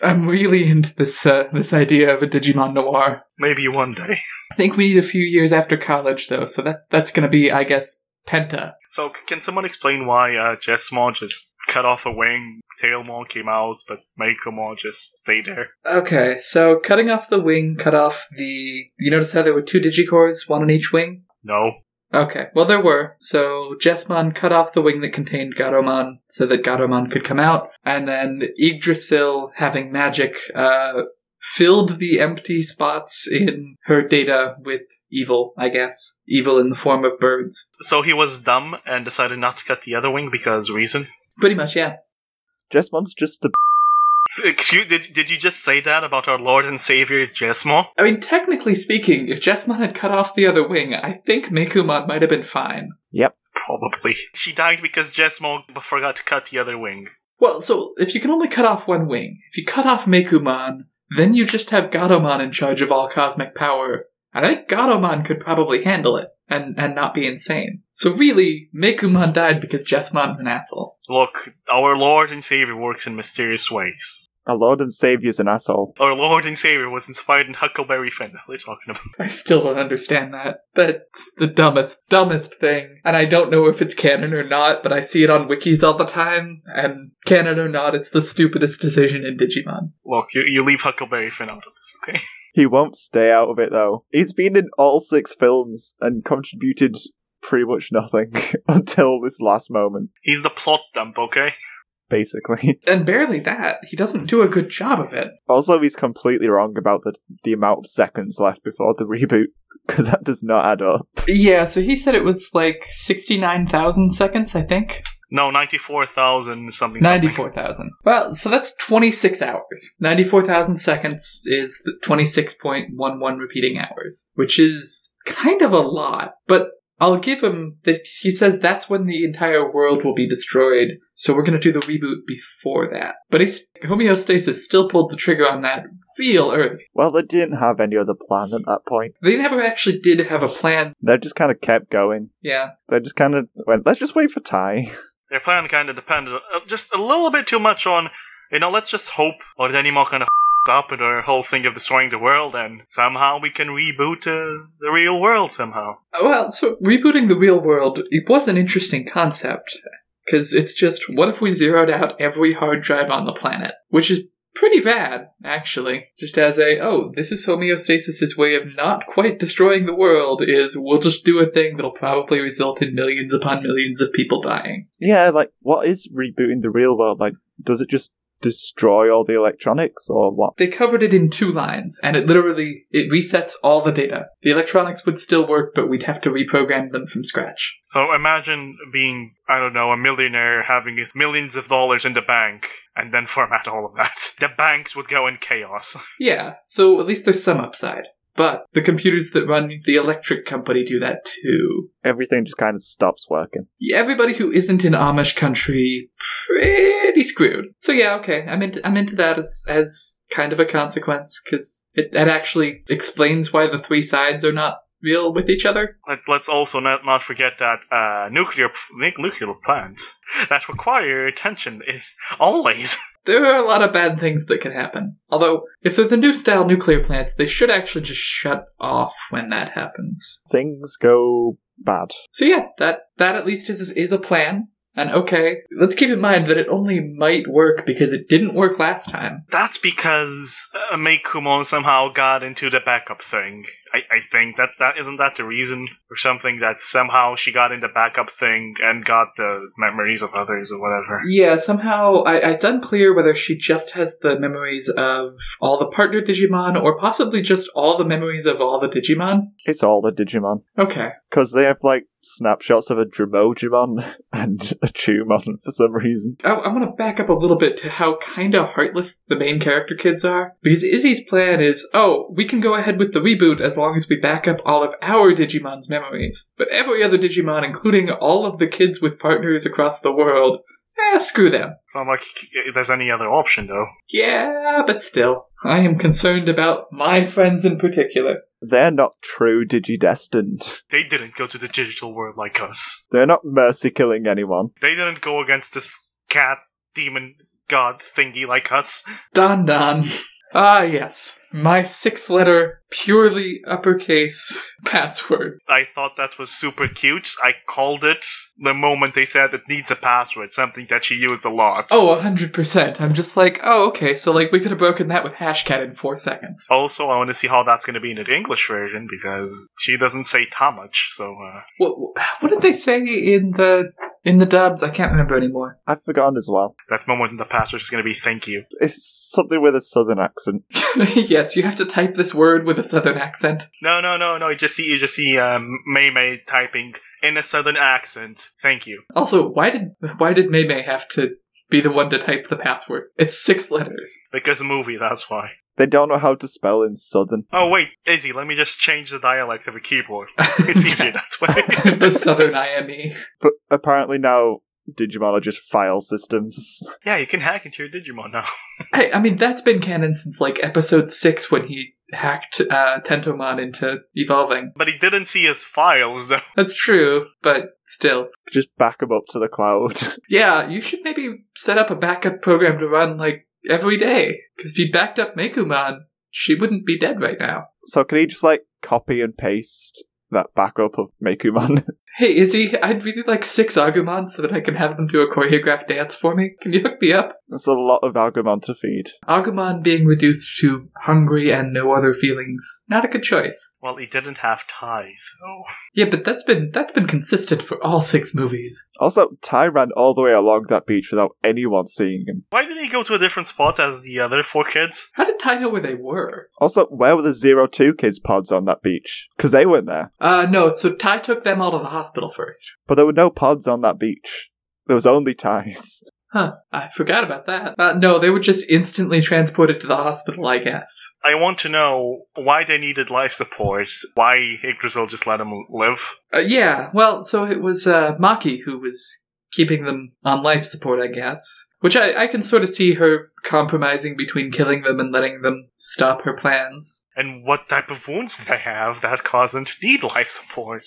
[SPEAKER 2] I'm really into this uh, this idea of a Digimon noir.
[SPEAKER 3] Maybe one day.
[SPEAKER 2] I think we need a few years after college though, so that that's going to be, I guess, Penta.
[SPEAKER 3] So, c- can someone explain why uh, Jessmon just cut off a wing, Tailmon came out, but Makomon just stayed there?
[SPEAKER 2] Okay, so cutting off the wing cut off the. You notice how there were two Digicores, one on each wing.
[SPEAKER 3] No.
[SPEAKER 2] Okay, well there were. So Jessmon cut off the wing that contained Garomon so that Garomon could come out, and then Yggdrasil, having magic, uh, filled the empty spots in her data with evil, I guess. Evil in the form of birds.
[SPEAKER 3] So he was dumb and decided not to cut the other wing because reasons?
[SPEAKER 2] Pretty much, yeah.
[SPEAKER 1] Jessmon's just a.
[SPEAKER 3] Excuse, did, did you just say that about our Lord and Savior Jessmon?
[SPEAKER 2] I mean, technically speaking, if Jessmon had cut off the other wing, I think Mekumon might have been fine.
[SPEAKER 3] Probably. She died because Jessmon forgot to cut the other wing.
[SPEAKER 2] Well, so if you can only cut off one wing, if you cut off Mekumon, then you just have Gatomon in charge of all cosmic power. And I think Gatomon could probably handle it and, and not be insane. So really, Mekumon died because Jessmon's an asshole.
[SPEAKER 3] Look, our Lord and Savior works in mysterious ways.
[SPEAKER 1] Our Lord and Saviour's an asshole.
[SPEAKER 3] Our Lord and Savior was inspired in Huckleberry Finn. What are you talking about?
[SPEAKER 2] I still don't understand that. That's the dumbest, dumbest thing. And I don't know if it's canon or not, but I see it on wikis all the time. And canon or not, it's the stupidest decision in Digimon.
[SPEAKER 3] Look, you, you leave Huckleberry Finn out of this, okay?
[SPEAKER 1] He won't stay out of it though. He's been in all six films and contributed pretty much nothing until this last moment,
[SPEAKER 3] He's the plot dump, okay?
[SPEAKER 1] basically.
[SPEAKER 2] And barely that. He doesn't do a good job of it.
[SPEAKER 1] Also, he's completely wrong about the the amount of seconds left before the reboot because that does not add up.
[SPEAKER 2] Yeah, so he said it was like 69,000 seconds, I think.
[SPEAKER 3] No, 94,000 something. something.
[SPEAKER 2] 94,000. Well, so that's 26 hours. 94,000 seconds is the 26.11 repeating hours, which is kind of a lot, but I'll give him that he says that's when the entire world will be destroyed, so we're going to do the reboot before that. But he's, homeostasis still pulled the trigger on that real early.
[SPEAKER 1] Well, they didn't have any other plan at that point.
[SPEAKER 2] They never actually did have a plan.
[SPEAKER 1] They just kind of kept going.
[SPEAKER 2] Yeah.
[SPEAKER 1] They just kind of went, let's just wait for Ty.
[SPEAKER 3] Their plan kind of depended uh, just a little bit too much on, you know, let's just hope or Denimon kind of up with our whole thing of destroying the world and somehow we can reboot uh, the real world somehow.
[SPEAKER 2] Well, so rebooting the real world, it was an interesting concept. Because it's just, what if we zeroed out every hard drive on the planet? Which is pretty bad, actually. Just as a, oh, this is homeostasis' way of not quite destroying the world, is we'll just do a thing that'll probably result in millions upon millions of people dying.
[SPEAKER 1] Yeah, like, what is rebooting the real world? Like, does it just destroy all the electronics or what?
[SPEAKER 2] They covered it in two lines, and it literally, it resets all the data. The electronics would still work, but we'd have to reprogram them from scratch.
[SPEAKER 3] So imagine being, I don't know, a millionaire having millions of dollars in the bank and then format all of that. The banks would go in chaos.
[SPEAKER 2] Yeah, so at least there's some upside. But the computers that run the electric company do that too.
[SPEAKER 1] Everything just kind of stops working.
[SPEAKER 2] Everybody who isn't in Amish country pretty screwed. So yeah, okay, I'm into I'm into that as as kind of a consequence because it that actually explains why the three sides are not real with each other.
[SPEAKER 3] Let, let's also not, not forget that uh, nuclear p- nu- nuclear plants that require attention is always.
[SPEAKER 2] There are a lot of bad things that can happen. Although if they're the new style nuclear plants, they should actually just shut off when that happens.
[SPEAKER 1] Things go bad.
[SPEAKER 2] So yeah, that that at least is is a plan. And okay, let's keep in mind that it only might work because it didn't work last time.
[SPEAKER 3] That's because uh, Meikumon somehow got into the backup thing. I, I think that that isn't that the reason or something that somehow she got in the backup thing and got the memories of others or whatever.
[SPEAKER 2] Yeah, somehow I, it's unclear whether she just has the memories of all the partner Digimon or possibly just all the memories of all the Digimon.
[SPEAKER 1] It's all the Digimon.
[SPEAKER 2] Okay.
[SPEAKER 1] Because they have, like, snapshots of a Dromojimon and a Chumon for some reason.
[SPEAKER 2] I, I want to back up a little bit to how kind of heartless the main character kids are. Because Izzy's plan is, oh, we can go ahead with the reboot as long as we back up all of our Digimon's memories. But every other Digimon, including all of the kids with partners across the world, eh, screw them.
[SPEAKER 3] It's not like there's any other option though.
[SPEAKER 2] Yeah, but still, I am concerned about my friends in particular.
[SPEAKER 1] They're not true Digidestined.
[SPEAKER 3] They didn't go to the digital world like us.
[SPEAKER 1] They're not mercy killing anyone.
[SPEAKER 3] They didn't go against this cat demon god thingy like us.
[SPEAKER 2] Don Don. Ah, yes. My six letter, purely uppercase password.
[SPEAKER 3] I thought that was super cute. I called it the moment they said it needs a password, something that she used a lot.
[SPEAKER 2] Oh, 100%. I'm just like, oh, okay, so like we could have broken that with Hashcat in four seconds.
[SPEAKER 3] Also, I want to see how that's going to be in the English version because she doesn't say how much. So, uh,
[SPEAKER 2] What, what did they say in the. In the dubs, I can't remember anymore.
[SPEAKER 1] I've forgotten as well.
[SPEAKER 3] that moment in the password is going to be thank you.
[SPEAKER 1] It's something with a southern accent.
[SPEAKER 2] yes, you have to type this word with a southern accent.
[SPEAKER 3] No, no, no, no. You just see, you just see um, Mei Mei typing in a southern accent. Thank you.
[SPEAKER 2] Also, why did why did May May have to be the one to type the password? It's six letters.
[SPEAKER 3] Because movie, that's why.
[SPEAKER 1] They don't know how to spell in southern.
[SPEAKER 3] Oh wait, Izzy, let me just change the dialect of a keyboard. It's easier that way.
[SPEAKER 2] the southern E. IME.
[SPEAKER 1] But apparently now Digimon are just file systems.
[SPEAKER 3] yeah, you can hack into your Digimon now.
[SPEAKER 2] I, I mean, that's been canon since like episode six when he hacked uh, Tentomon into evolving.
[SPEAKER 3] But he didn't see his files though.
[SPEAKER 2] That's true, but still.
[SPEAKER 1] Just back them up to the cloud.
[SPEAKER 2] Yeah, you should maybe set up a backup program to run like every day. Because if you backed up Mekumon, she wouldn't be dead right now.
[SPEAKER 1] so can he just like copy and paste that backup of Mekuman?
[SPEAKER 2] Hey, Izzy, I'd really like six Agumon so that I can have them do a choreographed dance for me. Can you hook me up?
[SPEAKER 1] That's a lot of Agumon to feed.
[SPEAKER 2] Agumon being reduced to hungry and no other feelings. Not a good choice.
[SPEAKER 3] Well, he didn't have ties. Oh,
[SPEAKER 2] Yeah, but that's been that's been consistent for all six movies.
[SPEAKER 1] Also, Ty ran all the way along that beach without anyone seeing him.
[SPEAKER 3] why did he go to a different spot as the other four kids?
[SPEAKER 2] How did Ty know where they were?
[SPEAKER 1] Also, where were the Zero Two Kids pods on that beach? Because they weren't there.
[SPEAKER 2] Uh no, so Ty took them all to the hospital first.
[SPEAKER 1] But there were no pods on that beach. There was only ties.
[SPEAKER 2] Huh, I forgot about that. Uh no, they were just instantly transported to the hospital, I guess.
[SPEAKER 3] I want to know why they needed life support. Why Yggdrasil just let him live?
[SPEAKER 2] Uh, yeah, well, so it was uh, Maki who was keeping them on life support, I guess. Which I, I can sort of see her compromising between killing them and letting them stop her plans.
[SPEAKER 3] And what type of wounds did they have that caused them to need life support?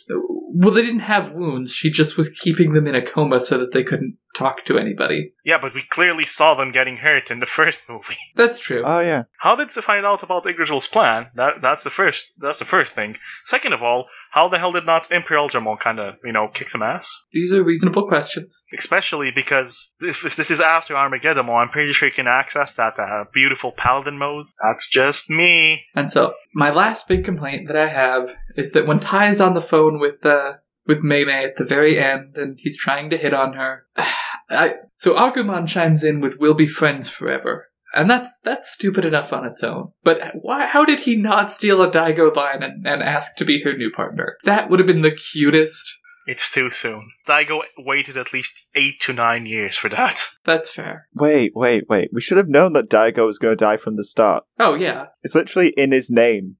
[SPEAKER 2] Well, they didn't have wounds. She just was keeping them in a coma so that they couldn't talk to anybody.
[SPEAKER 3] Yeah, but we clearly saw them getting hurt in the first movie.
[SPEAKER 2] That's true.
[SPEAKER 1] Oh yeah.
[SPEAKER 3] How did they find out about Yggdrasil's plan? That that's the first that's the first thing. Second of all, how the hell did not Imperial Jamon kind of you know kick some ass?
[SPEAKER 2] These are reasonable questions.
[SPEAKER 3] Especially because if, if this is after Armageddon, well, I'm pretty sure you can access that uh, beautiful Paladin mode. That's just me.
[SPEAKER 2] And so, my last big complaint that I have is that when Ty is on the phone with uh, with Mei Mei at the very end and he's trying to hit on her, I, so Agumon chimes in with "We'll be friends forever," and that's that's stupid enough on its own. But why? How did he not steal a Daigo line and, and ask to be her new partner? That would have been the cutest.
[SPEAKER 3] It's too soon. Daigo waited at least eight to nine years for that.
[SPEAKER 2] That's fair.
[SPEAKER 1] Wait, wait, wait. We should have known that Daigo was going to die from the start.
[SPEAKER 2] Oh yeah,
[SPEAKER 1] It's literally in his name.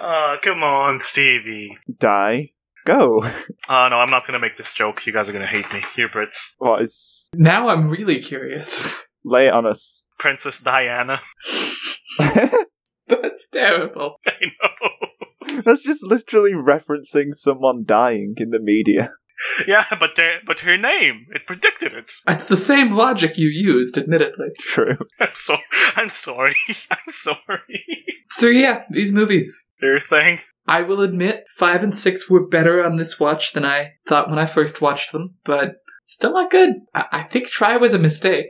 [SPEAKER 3] oh, come on, Stevie.
[SPEAKER 1] Die. Go.
[SPEAKER 3] Oh, no, I'm not going to make this joke. You guys are going to hate me. Here, Brits.
[SPEAKER 1] What is.
[SPEAKER 2] Now I'm really curious.
[SPEAKER 1] Lay it on us.
[SPEAKER 3] Princess Diana.
[SPEAKER 2] That's terrible.
[SPEAKER 3] I know.
[SPEAKER 1] That's just literally referencing someone dying in the media.
[SPEAKER 3] Yeah, but there, but her name, it predicted it.
[SPEAKER 2] It's the same logic you used, admittedly.
[SPEAKER 1] True.
[SPEAKER 3] I'm so I'm sorry. I'm sorry.
[SPEAKER 2] So yeah, these movies.
[SPEAKER 3] Your thing.
[SPEAKER 2] I will admit, five and six were better on this watch than I thought when I first watched them, but still not good. I, I think try was a mistake.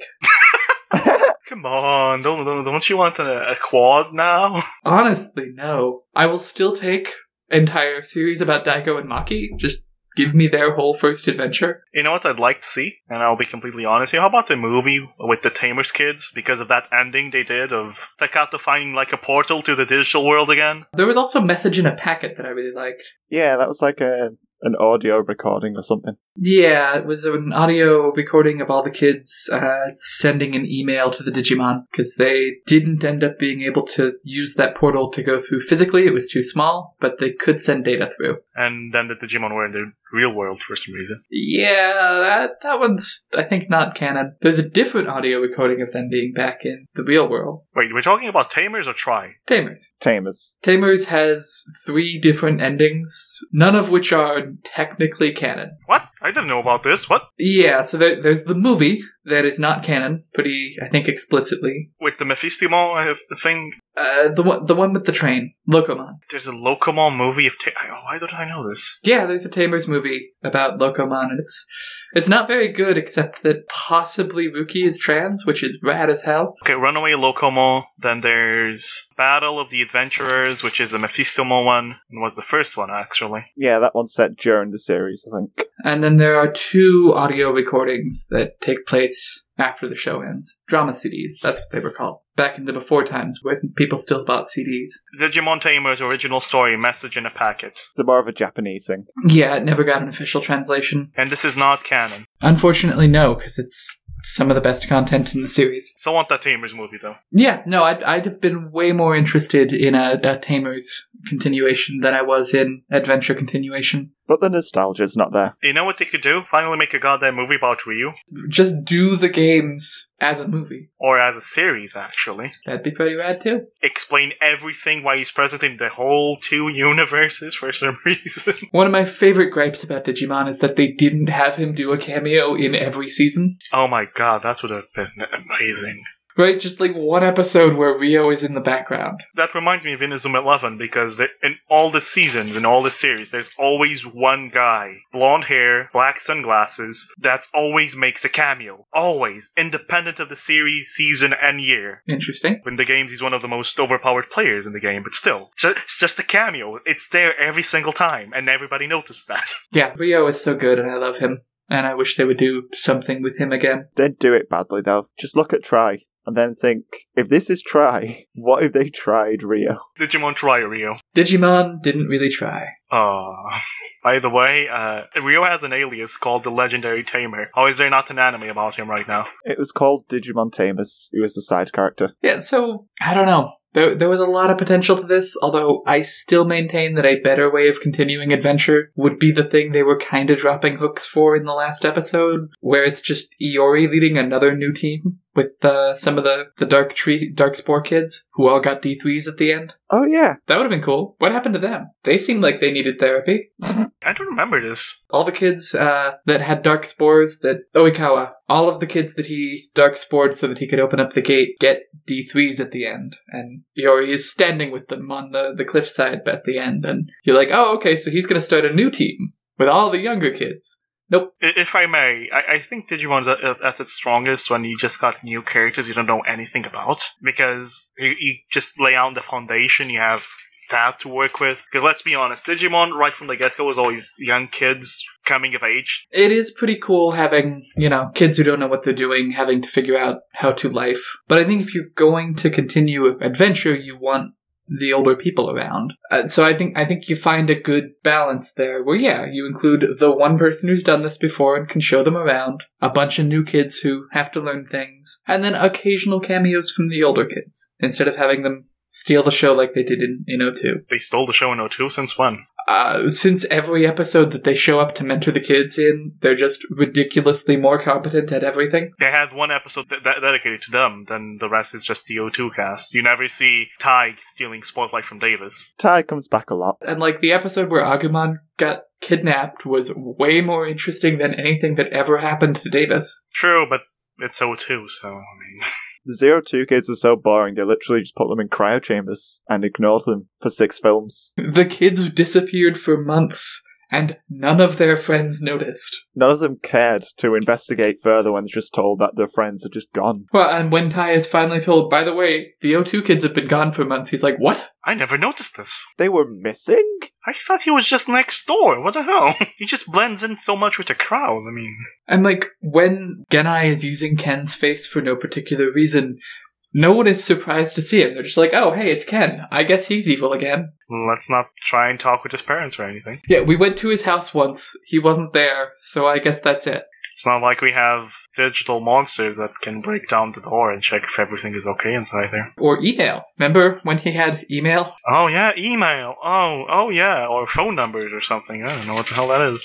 [SPEAKER 3] Come on, don't don't, don't you want a, a quad now?
[SPEAKER 2] Honestly, no. I will still take entire series about Daigo and Maki. Just give me their whole first adventure.
[SPEAKER 3] You know what I'd like to see, and I'll be completely honest here. How about the movie with the Tamers kids because of that ending they did of Takato finding like a portal to the digital world again?
[SPEAKER 2] There was also Message in a Packet that I really liked.
[SPEAKER 1] Yeah, that was like a an audio recording or something.
[SPEAKER 2] Yeah, it was an audio recording of all the kids uh, sending an email to the Digimon because they didn't end up being able to use that portal to go through physically. It was too small, but they could send data through.
[SPEAKER 3] And then the Digimon were in the real world for some reason.
[SPEAKER 2] Yeah, that, that one's, I think, not canon. There's a different audio recording of them being back in the real world.
[SPEAKER 3] Wait, we're talking about Tamers or Try?
[SPEAKER 2] Tamers.
[SPEAKER 1] Tamers.
[SPEAKER 2] Tamers has three different endings, none of which are technically canon.
[SPEAKER 3] What? I didn't know about this. What?
[SPEAKER 2] Yeah, so there, there's the movie that is not canon, pretty, I think, explicitly.
[SPEAKER 3] With the Mephistimon uh, thing?
[SPEAKER 2] Uh, the one, the one with the train, Locomon.
[SPEAKER 3] There's a Locomon movie of Ta- oh, why don't I know this?
[SPEAKER 2] Yeah, there's a Tamers movie about Locomon, and it's it's not very good, except that possibly Ruki is trans, which is rad as hell.
[SPEAKER 3] Okay, Runaway Locomo. Then there's Battle of the Adventurers, which is the Mephistimon one, and was the first one actually.
[SPEAKER 1] Yeah, that one's set during the series, I think.
[SPEAKER 2] And then there are two audio recordings that take place after the show ends. Drama CDs, that's what they were called. Back in the before times when people still bought CDs.
[SPEAKER 3] Digimon Tamers original story message in a packet.
[SPEAKER 1] It's more of a Japanese thing.
[SPEAKER 2] Yeah, it never got an official translation.
[SPEAKER 3] And this is not canon.
[SPEAKER 2] Unfortunately, no, because it's some of the best content in the series.
[SPEAKER 3] So I want that Tamers movie though.
[SPEAKER 2] Yeah, no, I'd, I'd have been way more interested in a, a Tamer's continuation than I was in Adventure continuation.
[SPEAKER 1] But the nostalgia's not there.
[SPEAKER 3] You know what they could do? Finally make a goddamn movie about Ryu.
[SPEAKER 2] Just do the games as a movie.
[SPEAKER 3] Or as a series, actually.
[SPEAKER 2] That'd be pretty rad too.
[SPEAKER 3] Explain everything why he's present in the whole two universes for some reason.
[SPEAKER 2] One of my favorite gripes about Digimon is that they didn't have him do a cameo in every season.
[SPEAKER 3] oh my god, that would have been amazing.
[SPEAKER 2] Right? Just like one episode where Rio is in the background.
[SPEAKER 3] That reminds me of Inazuma Eleven because the- in all the seasons, in all the series, there's always one guy, blonde hair, black sunglasses, that always makes a cameo. Always, independent of the series, season, and year.
[SPEAKER 2] Interesting.
[SPEAKER 3] In the games, he's one of the most overpowered players in the game, but still, ju- it's just a cameo. It's there every single time, and everybody notices that.
[SPEAKER 2] Yeah, Rio is so good and I love him. And I wish they would do something with him again.
[SPEAKER 1] They'd do it badly though. Just look at Try and then think, if this is Try, what if they tried Rio?
[SPEAKER 3] Digimon Try Rio.
[SPEAKER 2] Digimon didn't really try.
[SPEAKER 3] Aw. By the way, uh, Rio has an alias called the Legendary Tamer. How is there not an anime about him right now?
[SPEAKER 1] It was called Digimon Tamers. He was the side character.
[SPEAKER 2] Yeah, so I don't know. There, there was a lot of potential to this, although I still maintain that a better way of continuing adventure would be the thing they were kind of dropping hooks for in the last episode, where it's just Iori leading another new team with uh, some of the, the Dark Tree, Dark Spore kids who all got D3s at the end.
[SPEAKER 1] Oh yeah,
[SPEAKER 2] That would have been cool. What happened to them? They seemed like they needed therapy.
[SPEAKER 3] I don't remember this.
[SPEAKER 2] All the kids uh, that had dark spores that Oikawa, all of the kids that he dark spored so that he could open up the gate, get D3s at the end. And Iori is standing with them on the, the cliffside at the end. And you're like, oh, okay, so he's going to start a new team with all the younger kids.
[SPEAKER 3] I- If I may, I, I think Digimon's at, at- at its strongest when you just got new characters you don't know anything about. Because you, you just lay out the foundation, you have that to work with. Because let's be honest, Digimon right from the get go is always young kids coming of age.
[SPEAKER 2] It is pretty cool having, you know, kids who don't know what they're doing having to figure out how to life. But I think if you're going to continue adventure, you want the older people around. Uh, so I think I think you find a good balance there where yeah, you include the one person who's done this before and can show them around, a bunch of new kids who have to learn things, and then occasional cameos from the older kids instead of having them steal the show like they did in, in 02.
[SPEAKER 3] They stole the show in 02 since when?
[SPEAKER 2] Uh, since every episode that they show up to mentor the kids in, they're just ridiculously more competent at everything.
[SPEAKER 3] They had one episode de- de- dedicated to them, then the rest is just the 02 cast. You never see Ty stealing spotlight from Davis.
[SPEAKER 1] Ty comes back a lot.
[SPEAKER 2] And like the episode where Agumon got kidnapped was way more interesting than anything that ever happened to Davis.
[SPEAKER 3] True, but it's 02, so I mean.
[SPEAKER 1] The Zero Two kids are so boring, they literally just put them in cryo chambers and ignored them for six films.
[SPEAKER 2] The kids disappeared for months and none of their friends noticed.
[SPEAKER 1] None of them cared to investigate further when they're just told that their friends are just gone.
[SPEAKER 2] Well, and when Ty is finally told, by the way, the O2 kids have been gone for months, he's like, what?
[SPEAKER 3] I never noticed this.
[SPEAKER 1] They were missing?
[SPEAKER 3] I thought he was just next door. What the hell? he just blends in so much with the crowd. I mean,
[SPEAKER 2] And like when Genai is using Ken's face for no particular reason, no one is surprised to see him. They're just like, oh, hey, it's Ken. I guess he's evil again.
[SPEAKER 3] let's not try and talk with his parents or anything.
[SPEAKER 2] Yeah, we went to his house once. He wasn't there, so I guess that's it.
[SPEAKER 3] It's not like we have digital monsters that can break down the door and check if everything is okay inside there.
[SPEAKER 2] Or email. Remember when he had email?
[SPEAKER 3] Oh yeah, email. Oh, oh yeah, or phone numbers or something. I don't know what the hell that is.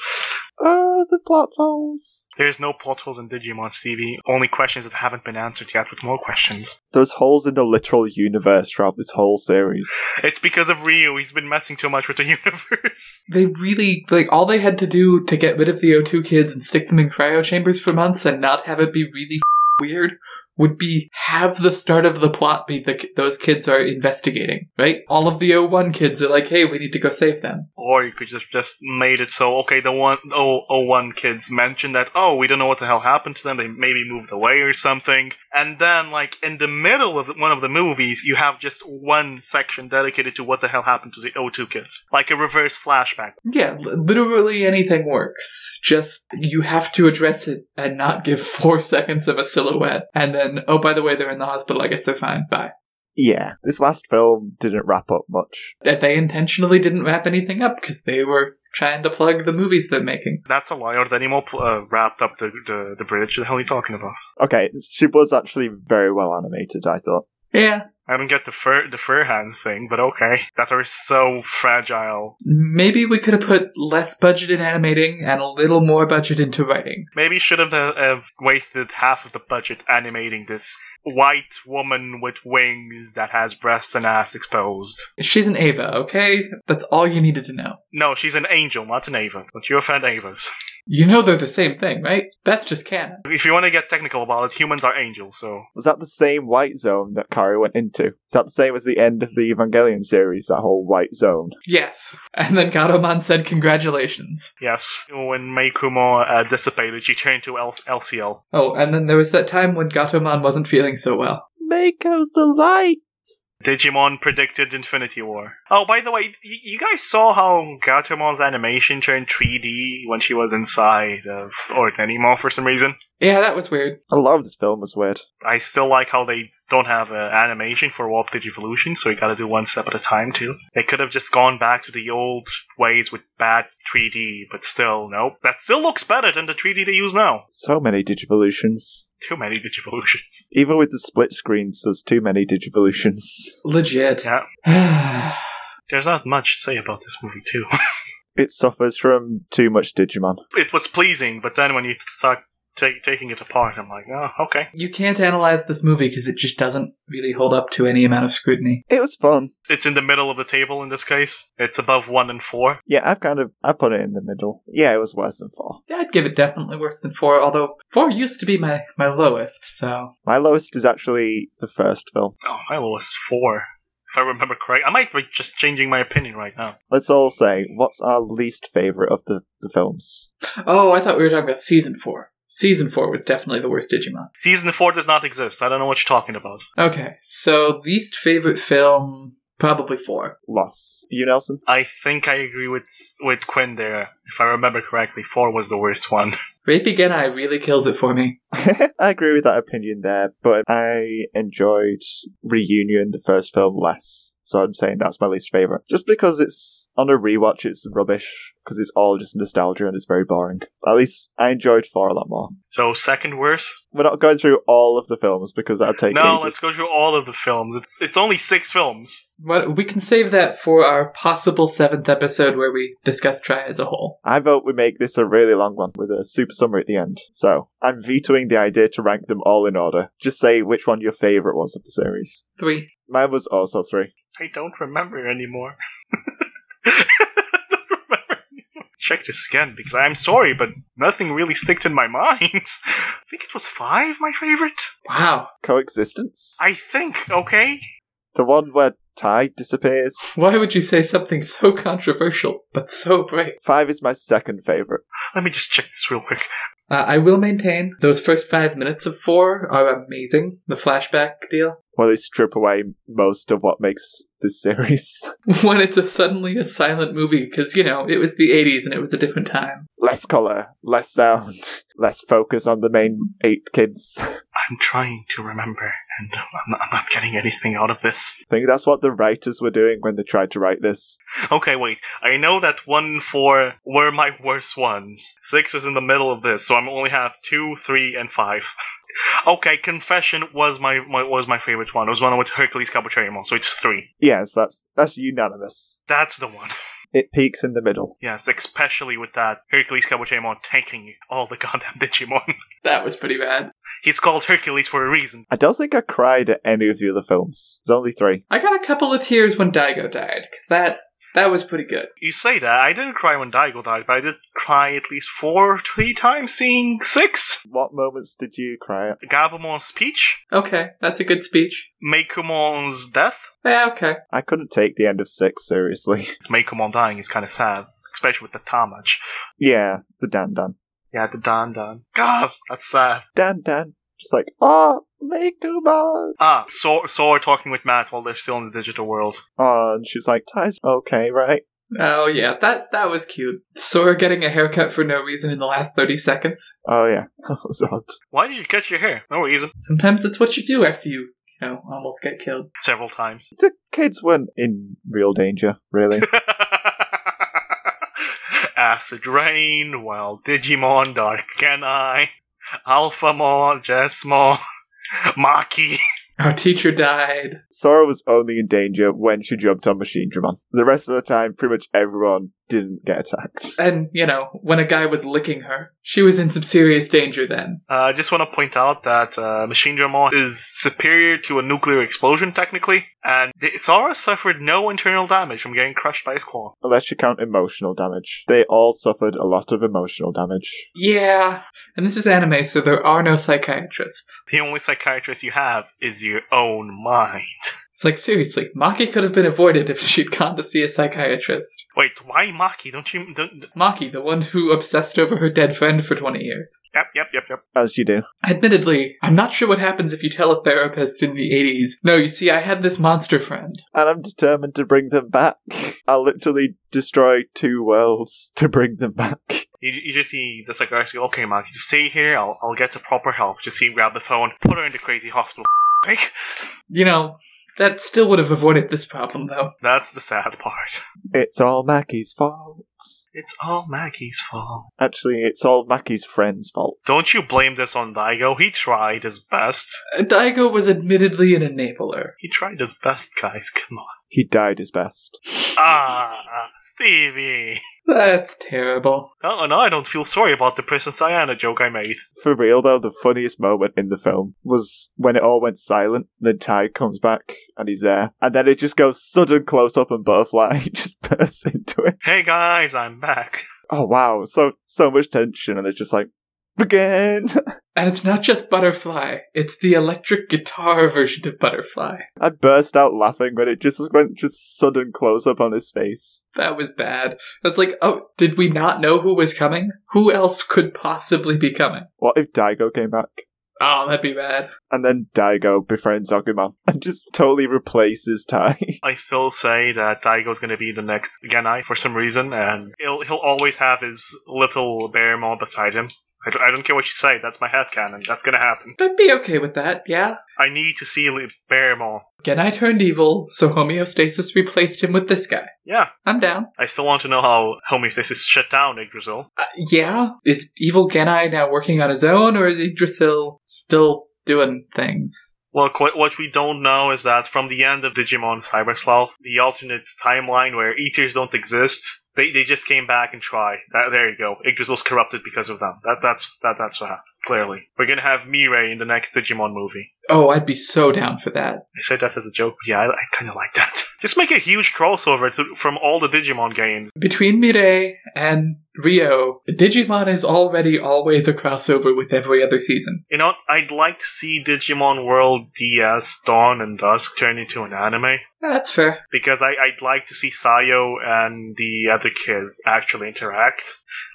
[SPEAKER 1] Uh, the plot holes.
[SPEAKER 3] There's no plot holes in Digimon Stevie. Only questions that haven't been answered yet with more questions.
[SPEAKER 1] There's holes in the literal universe throughout this whole series.
[SPEAKER 3] It's because of Ryu. He's been messing too much with the universe.
[SPEAKER 2] They really, like, all they had to do to get rid of the O2 kids and stick them in cryo chambers for months and not have it be really f- weird would be have the start of the plot be that those kids are investigating, right? All of the O1 kids are like, hey, we need to go save them.
[SPEAKER 3] Or you could just just made it so okay, the one oh oh one kids mentioned that oh we don't know what the hell happened to them. They maybe moved away or something. And then like in the middle of one of the movies, you have just one section dedicated to what the hell happened to the O2 kids, like a reverse flashback.
[SPEAKER 2] Yeah, li- literally anything works. Just you have to address it and not give four seconds of a silhouette. And then, oh, by the way, they're in the hospital. I guess they're fine. Bye.
[SPEAKER 1] Yeah. This last film didn't wrap up much.
[SPEAKER 2] That they intentionally didn't wrap anything up because they were trying to plug the movies they're making.
[SPEAKER 3] That's a lie. Or the Nemo pl- uh, wrapped up the, the the bridge. The hell are you talking about?
[SPEAKER 1] Okay, she was actually very well animated, I thought.
[SPEAKER 2] Yeah,
[SPEAKER 3] I don't get the fur the fur hand thing, but okay. That are so fragile.
[SPEAKER 2] maybe we could have put less budget in animating and a little more budget into writing.
[SPEAKER 3] Maybe should have uh, uh, wasted half of the budget animating this white woman with wings that has breasts and ass exposed.
[SPEAKER 2] She's an Ava, okay? That's all you needed to know.
[SPEAKER 3] No, she's an angel, not an Ava. But you offend Avas.
[SPEAKER 2] You know they're the same thing, right? That's just canon.
[SPEAKER 3] If you want to get technical about it, humans are angels, so
[SPEAKER 1] Was that the same white zone that Kari went into? Is that the same as the end of the Evangelion series, that whole white zone?
[SPEAKER 2] Yes. And then Gatomon said, congratulations.
[SPEAKER 3] yes. When Meikumo uh, dissipated, she turned to L- LCL.
[SPEAKER 2] Oh, and then there was that time when Gatoman wasn't feeling so well.
[SPEAKER 1] Mako's the light!
[SPEAKER 3] Digimon predicted Infinity War. Oh, by the way, y- you guys saw how Gatomon's animation turned 3D when she was inside of Ordenimo for some reason?
[SPEAKER 2] Yeah, that was weird.
[SPEAKER 1] A lot of this film was weird.
[SPEAKER 3] I still like how they don't have an animation for Warp Digivolution, so you gotta do one step at a time too. They could have just gone back to the old ways with bad 3D, but still, nope. That still looks better than the 3D they use now.
[SPEAKER 1] So many Digivolutions.
[SPEAKER 3] Too many Digivolutions.
[SPEAKER 1] Even with the split screens, there's too many Digivolutions.
[SPEAKER 2] Legit.
[SPEAKER 3] Yeah,
[SPEAKER 2] yeah,
[SPEAKER 3] there's not much to say about this movie too.
[SPEAKER 1] It suffers from too much Digimon.
[SPEAKER 3] it was pleasing, but then when you start ta- taking it apart, I'm like, oh, okay.
[SPEAKER 2] you can't analyze this movie because it just doesn't really hold up to any amount of scrutiny.
[SPEAKER 1] It was fun.
[SPEAKER 3] It's in the middle of the table in this case. It's above 1 and 4.
[SPEAKER 1] Yeah, I've kind of I put it in the middle. Yeah, it was worse than four.
[SPEAKER 2] Yeah, I'd give it definitely worse than four, although four used to be my, my lowest, so.
[SPEAKER 1] My lowest is actually the first film.
[SPEAKER 3] Oh, my lowest 4. If I remember correct, I might be just changing my opinion right now.
[SPEAKER 1] Let's all say, what's our least favourite of the, the films?
[SPEAKER 2] Oh, I thought we were talking about season four. Season four was definitely the worst Digimon.
[SPEAKER 3] Season 4 does not exist. I don't know what you're talking about.
[SPEAKER 2] Okay, so least favorite film, probably four.
[SPEAKER 1] Loss. You, Nelson?
[SPEAKER 3] I think I agree with with Quinn there. If I remember correctly, 4 was the worst one.
[SPEAKER 2] Rapey Genai really kills it for me.
[SPEAKER 1] I agree with that opinion there, but I enjoyed Reunion, the first film, less. So I'm saying that's my least favorite. Just because it's on a rewatch, it's rubbish because it's all just nostalgia and it's very boring. At least I enjoyed four a lot more.
[SPEAKER 3] So second worst.
[SPEAKER 1] We're not going through all of the films because that'd take
[SPEAKER 3] No,
[SPEAKER 1] ages.
[SPEAKER 3] let's go through all of the films. It's it's only six films.
[SPEAKER 2] Well, we can save that for our possible seventh episode where we discuss Try as a whole.
[SPEAKER 1] I vote we make this a really long one with a super summary at the end. So I'm vetoing the idea to rank them all in order. Just say which one your favorite was of the series.
[SPEAKER 2] Three.
[SPEAKER 1] Mine was also three.
[SPEAKER 3] I don't remember anymore. I don't remember anymore. Check this again because I'm sorry, but nothing really sticks in my mind. I think it was five, my favorite.
[SPEAKER 2] Wow.
[SPEAKER 1] Coexistence.
[SPEAKER 3] I think, okay?
[SPEAKER 1] The one where Ty disappears.
[SPEAKER 2] Why would you say something so controversial but so brave?
[SPEAKER 1] Five is my second favorite.
[SPEAKER 3] Let me just check this real quick.
[SPEAKER 2] Uh, I will maintain those first five minutes of four are amazing. The flashback deal.
[SPEAKER 1] Where they strip away most of what makes this series.
[SPEAKER 2] When it's a, suddenly a silent movie because you know it was the '80s and it was a different time.
[SPEAKER 1] less color, less sound, less focus on the main eight kids. I
[SPEAKER 3] I'm trying to remember, and I'm, I'm not getting anything out of this.
[SPEAKER 1] think that's what the writers were doing when they tried to write this.
[SPEAKER 3] Okay, wait. I know that one and four were my worst ones. Six is in the middle of this, so I am only have two, three, and five. okay, confession was my, my was my favorite one. It was one with Hercules Capucherimo, so it's three.
[SPEAKER 1] Yes, that's that's unanimous.
[SPEAKER 3] That's the one.
[SPEAKER 1] It peaks in the middle.
[SPEAKER 3] Yes, especially with that Hercules Capucherimo tanking all the goddamn Digimon.
[SPEAKER 2] That was pretty bad.
[SPEAKER 3] He's called Hercules for a reason.
[SPEAKER 1] I don't think I cried at any of the other films. There's only three.
[SPEAKER 2] I got a couple of tears when Daigo died because that that was pretty good.
[SPEAKER 3] You say that I didn't cry when Daigo died, but I did cry at least four, three times seeing six.
[SPEAKER 1] What moments did you cry at?
[SPEAKER 3] Gabumon's speech,
[SPEAKER 2] Okay, that's a good speech.
[SPEAKER 3] Meikumon's death,
[SPEAKER 2] Yeah, okay.
[SPEAKER 1] I couldn't take the end of six seriously.
[SPEAKER 3] Meikumon dying is kind of sad, especially with the Tamaj.
[SPEAKER 1] yeah, the Dan Dan.
[SPEAKER 3] Yeah, the Dan Dan. God, that's sad.
[SPEAKER 1] Dan Dan. Just like, oh, Megumi!
[SPEAKER 3] Ah, Sora, Sora talking with Matt while they're still in the digital world.
[SPEAKER 1] Oh, and she's like, Ty's okay, right?
[SPEAKER 2] Oh yeah, that that was cute. Sora getting a haircut for no reason in the last thirty seconds.
[SPEAKER 1] Oh, yeah. That was odd.
[SPEAKER 3] Why did you cut your hair? No reason.
[SPEAKER 2] Sometimes it's what you do after you, you know, almost get killed.
[SPEAKER 3] Several times.
[SPEAKER 1] The kids weren't in real danger, really.
[SPEAKER 3] Acid Rain, Wild Digimon, Dark Genai, Alphamon, Jesmon, Maki.
[SPEAKER 2] Our teacher died.
[SPEAKER 1] Sora was only in danger when she jumped on Machine Drummon. The rest of the time, pretty much everyone didn't get attacked.
[SPEAKER 2] And, you know, when a guy was licking her, she was in some serious danger then.
[SPEAKER 3] Uh, I just want to point out that uh, Machine Drummon is superior to a nuclear explosion, technically, and the- Sora suffered no internal damage from getting crushed by his claw.
[SPEAKER 1] Unless you count emotional damage. They all suffered a lot of emotional damage.
[SPEAKER 2] Yeah. And this is anime, so there are no psychiatrists.
[SPEAKER 3] The only psychiatrist you have is your own mind.
[SPEAKER 2] It's like, seriously, Maki could have been avoided if she'd gone to see a psychiatrist.
[SPEAKER 3] Wait, why Maki? Don't you? Don't,
[SPEAKER 2] Maki, the one who obsessed over her dead friend for 20 years.
[SPEAKER 3] yep, yep, yep, yep.
[SPEAKER 1] As you do.
[SPEAKER 2] Admittedly, I'm not sure what happens if you tell a therapist in the 80s, no, you see, I had this monster friend.
[SPEAKER 1] And I'm determined to bring them back. I'll literally destroy two worlds to bring them back.
[SPEAKER 3] You, you just see the psychiatrist. go, Okay, Maki, just stay here. I'll, I'll get the proper help. Just see him grab the phone, put her into crazy hospital. Like,
[SPEAKER 2] You know, that still would have avoided this problem, though.
[SPEAKER 3] That's the sad part.
[SPEAKER 1] It's all Mackie's fault.
[SPEAKER 3] It's all Maggie's fault.
[SPEAKER 1] Actually, it's all Mackie's friend's fault.
[SPEAKER 3] Don't you blame this on Daigo? He tried his best.
[SPEAKER 2] Daigo was admittedly an enabler.
[SPEAKER 3] He tried his best, guys. Come on.
[SPEAKER 1] He died his best.
[SPEAKER 3] Ah, Stevie.
[SPEAKER 2] That's terrible.
[SPEAKER 3] Oh no, I don't feel sorry about the Princess Diana joke I made.
[SPEAKER 1] For real though, the funniest moment in the film was when it all went silent. Then Ty comes back and he's there, and then it just goes sudden close up and butterfly just bursts into it.
[SPEAKER 3] Hey guys, I'm back.
[SPEAKER 1] Oh wow, so so much tension, and it's just like begin.
[SPEAKER 2] And it's not just Butterfly, it's the electric guitar version of Butterfly.
[SPEAKER 1] I burst out laughing when it just went just sudden close up on his face.
[SPEAKER 2] That was bad. That's like, oh, did we not know who was coming? Who else could possibly be coming?
[SPEAKER 1] What if Daigo came back?
[SPEAKER 2] Oh, that'd be bad.
[SPEAKER 1] And then Daigo befriends Agumon and just totally replaces Ty.
[SPEAKER 3] I still say that Daigo's gonna be the next Genai for some reason, and he'll he'll always have his little Bearmon beside him. I don't, I don't care what you say, that's my headcanon. That's gonna happen.
[SPEAKER 2] But be okay with that, yeah?
[SPEAKER 3] I need to see Lee Barrymore.
[SPEAKER 2] Genai turned evil, so homeostasis replaced him with this guy.
[SPEAKER 3] Yeah,
[SPEAKER 2] I'm down.
[SPEAKER 3] I still want to know how homeostasis shut down Yggdrasil.
[SPEAKER 2] Uh, yeah? Is evil Genai now working on his own, or is Yggdrasil still doing things?
[SPEAKER 3] Well, qu- what we don't know is that from the end of Digimon Cyber Sloth, the alternate timeline where Eaters don't exist, they, they just came back and tried. That, there you go. Yggdrasil's corrupted because of them. That that's that that's what happened. Clearly, we're gonna have Mirai in the next Digimon movie.
[SPEAKER 2] Oh, I'd be so down for that.
[SPEAKER 3] I said that as a joke, but yeah, I, I kind of like that. Just make a huge crossover to, from all the Digimon games.
[SPEAKER 2] Between Mirai and Rio, Digimon is already always a crossover with every other season.
[SPEAKER 3] You know, I'd like to see Digimon World DS Dawn and Dusk turn into an anime
[SPEAKER 2] That's fair.
[SPEAKER 3] because I, I'd like to see Sayo and the other kid actually interact.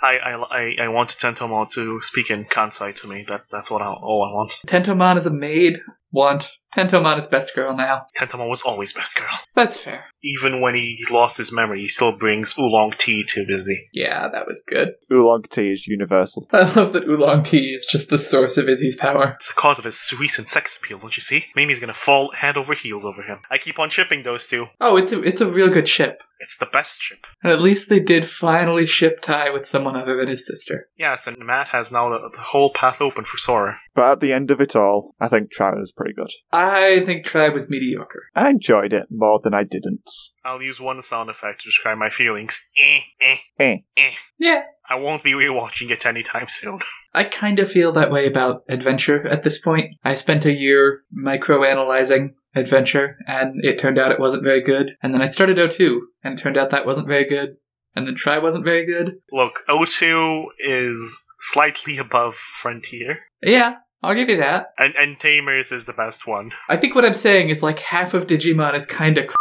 [SPEAKER 3] I, I, I, I want Tentomo to speak in Kansai to me. That that's what I all I want.
[SPEAKER 2] Tentomon is a maid. Want. Tentomon is best girl now.
[SPEAKER 3] Tentomo was always best girl.
[SPEAKER 2] That's fair.
[SPEAKER 3] Even when he lost his memory, he still brings oolong tea to Busy.
[SPEAKER 2] Yeah, that was good.
[SPEAKER 1] Oolong tea is universal.
[SPEAKER 2] I love that Oolong Tea is just the source of Izzy's power.
[SPEAKER 3] It's the cause of his recent sex appeal, don't you see? Mimi's gonna fall head over heels over him. I keep on shipping those two.
[SPEAKER 2] Oh, it's a, it's a real good ship.
[SPEAKER 3] It's the best ship.
[SPEAKER 2] And at least they did finally ship Ty with someone other than his sister.
[SPEAKER 3] Yes, and Matt has now the, the whole path open for Sora.
[SPEAKER 1] But at the end of it all, I think Trial is pretty good.
[SPEAKER 2] I think Tribe was mediocre.
[SPEAKER 1] I enjoyed it more than I didn't.
[SPEAKER 3] I'll use one sound effect to describe my feelings. Eh, eh,
[SPEAKER 1] Eh.
[SPEAKER 3] eh.
[SPEAKER 2] Yeah.
[SPEAKER 3] I won't be rewatching it anytime soon.
[SPEAKER 2] I kind of feel that way about Adventure at this point. I spent a year micro analyzing Adventure, and it turned out it wasn't very good. And then I started O2, and it turned out that wasn't very good. And then Try wasn't very good.
[SPEAKER 3] Look, O2 is slightly above Frontier,
[SPEAKER 2] Yeah, I'll give you that.
[SPEAKER 3] and, and Tamers is the best one.
[SPEAKER 2] I think what I'm saying is like half of Digimon is kind of. Cr-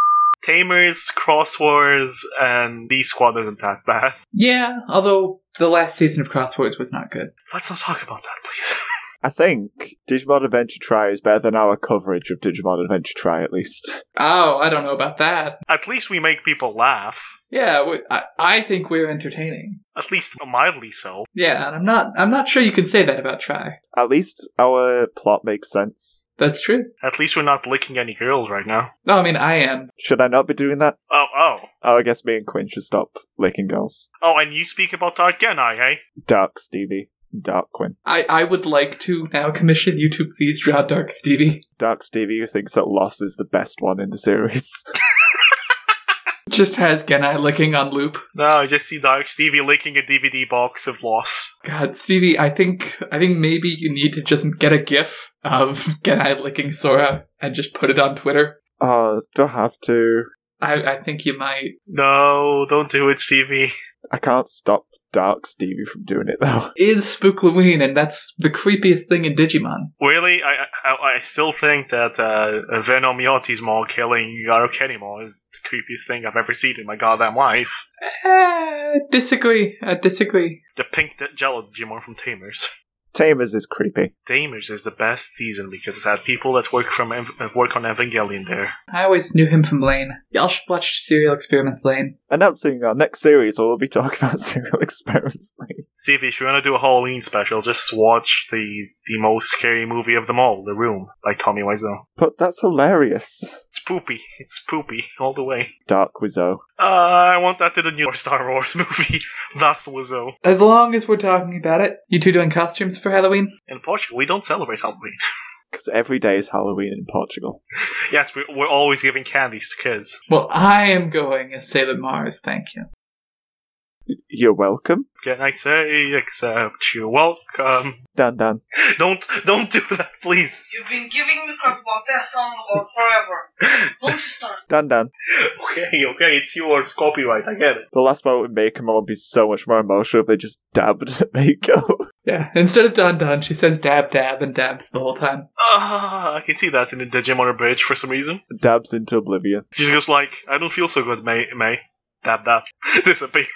[SPEAKER 3] Tamers, Cross Wars, and the Squad isn't that bad.
[SPEAKER 2] yeah, although the last season of Crosswords was not good.
[SPEAKER 3] Let's not talk about that, please.
[SPEAKER 1] I think Digimon Adventure Try is better than our coverage of Digimon Adventure Try, at least.
[SPEAKER 2] Oh, I don't know about that.
[SPEAKER 3] At least we make people laugh.
[SPEAKER 2] Yeah, we, I, I think we're entertaining.
[SPEAKER 3] At least mildly so.
[SPEAKER 2] Yeah, and I'm not. I'm not sure you can say that about Try.
[SPEAKER 1] At least our plot makes sense.
[SPEAKER 2] That's true.
[SPEAKER 3] At least we're not licking any girls right now.
[SPEAKER 2] No, I mean I am.
[SPEAKER 1] Should I not be doing that?
[SPEAKER 3] Oh, oh.
[SPEAKER 1] Oh, I guess me and Quinn should stop licking girls.
[SPEAKER 3] Oh, and you speak about that again, I, hey?
[SPEAKER 1] Dark Stevie. Dark Quinn.
[SPEAKER 2] I I would like to now commission you to please draw Dark Stevie.
[SPEAKER 1] Dark Stevie who thinks that Loss is the best one in the series.
[SPEAKER 2] Just has Genai licking on loop.
[SPEAKER 3] No, I just see Dark Stevie licking a DVD box of Loss.
[SPEAKER 2] God, Stevie, I think I think maybe you need to just get a GIF of Genai licking Sora and just put it on Twitter.
[SPEAKER 1] oh, do I have to?
[SPEAKER 2] I I think you might.
[SPEAKER 3] No, don't do it, Stevie.
[SPEAKER 1] I can't stop Dark Stevie from doing it though.
[SPEAKER 2] Is Spooklueen, and that's the creepiest thing in Digimon.
[SPEAKER 3] Really, I I, I still think that uh, Venom Yachty's Mall killing Yaro Kenimo is the creepiest thing I've ever seen in my goddamn life.
[SPEAKER 2] Eh, disagree. I disagree.
[SPEAKER 3] The pink d- jello Digimon from Tamers.
[SPEAKER 1] Tamers is creepy.
[SPEAKER 3] Tamers is the best season because it's had people that work from Ev- uh, work on Evangelion there.
[SPEAKER 2] I always knew him from Lane. Y'all should watch Serial Experiments Lane.
[SPEAKER 1] Announcing our next series, we'll be talking about serial experiments.
[SPEAKER 3] Stevie, if you want to do a Halloween special, just watch the the most scary movie of them all, The Room, by Tommy Wiseau.
[SPEAKER 1] but that's hilarious.
[SPEAKER 3] It's poopy. It's poopy all the way.
[SPEAKER 1] Dark Wizzo.
[SPEAKER 3] Uh, I want that to the new Star Wars movie. That's Wiseau.
[SPEAKER 2] As long as we're talking about it, you two doing costumes for Halloween?
[SPEAKER 3] In Portugal, we don't celebrate Halloween.
[SPEAKER 1] Because every day is Halloween in Portugal.
[SPEAKER 3] Yes, we're, we're always giving candies to kids.
[SPEAKER 2] Well, I am going as Sailor Mars, thank you.
[SPEAKER 1] You're welcome.
[SPEAKER 3] Can I say except you're welcome?
[SPEAKER 1] Dan Dan.
[SPEAKER 3] Don't don't do that, please.
[SPEAKER 6] You've been giving me crap about that song about forever. Don't you start.
[SPEAKER 1] Dan Dan.
[SPEAKER 3] Okay, okay, it's yours. Copyright, I get it.
[SPEAKER 1] The last moment with Mako will be so much more emotional if they just dabbed at Mako.
[SPEAKER 2] Yeah, instead of Don Don, she says dab dab and dabs the whole time.
[SPEAKER 3] Ah, I can see that in the Digimon Bridge for some reason.
[SPEAKER 1] Dabs into oblivion.
[SPEAKER 3] She's just like, I don't feel so good, May. May. Dab dab. Disappears.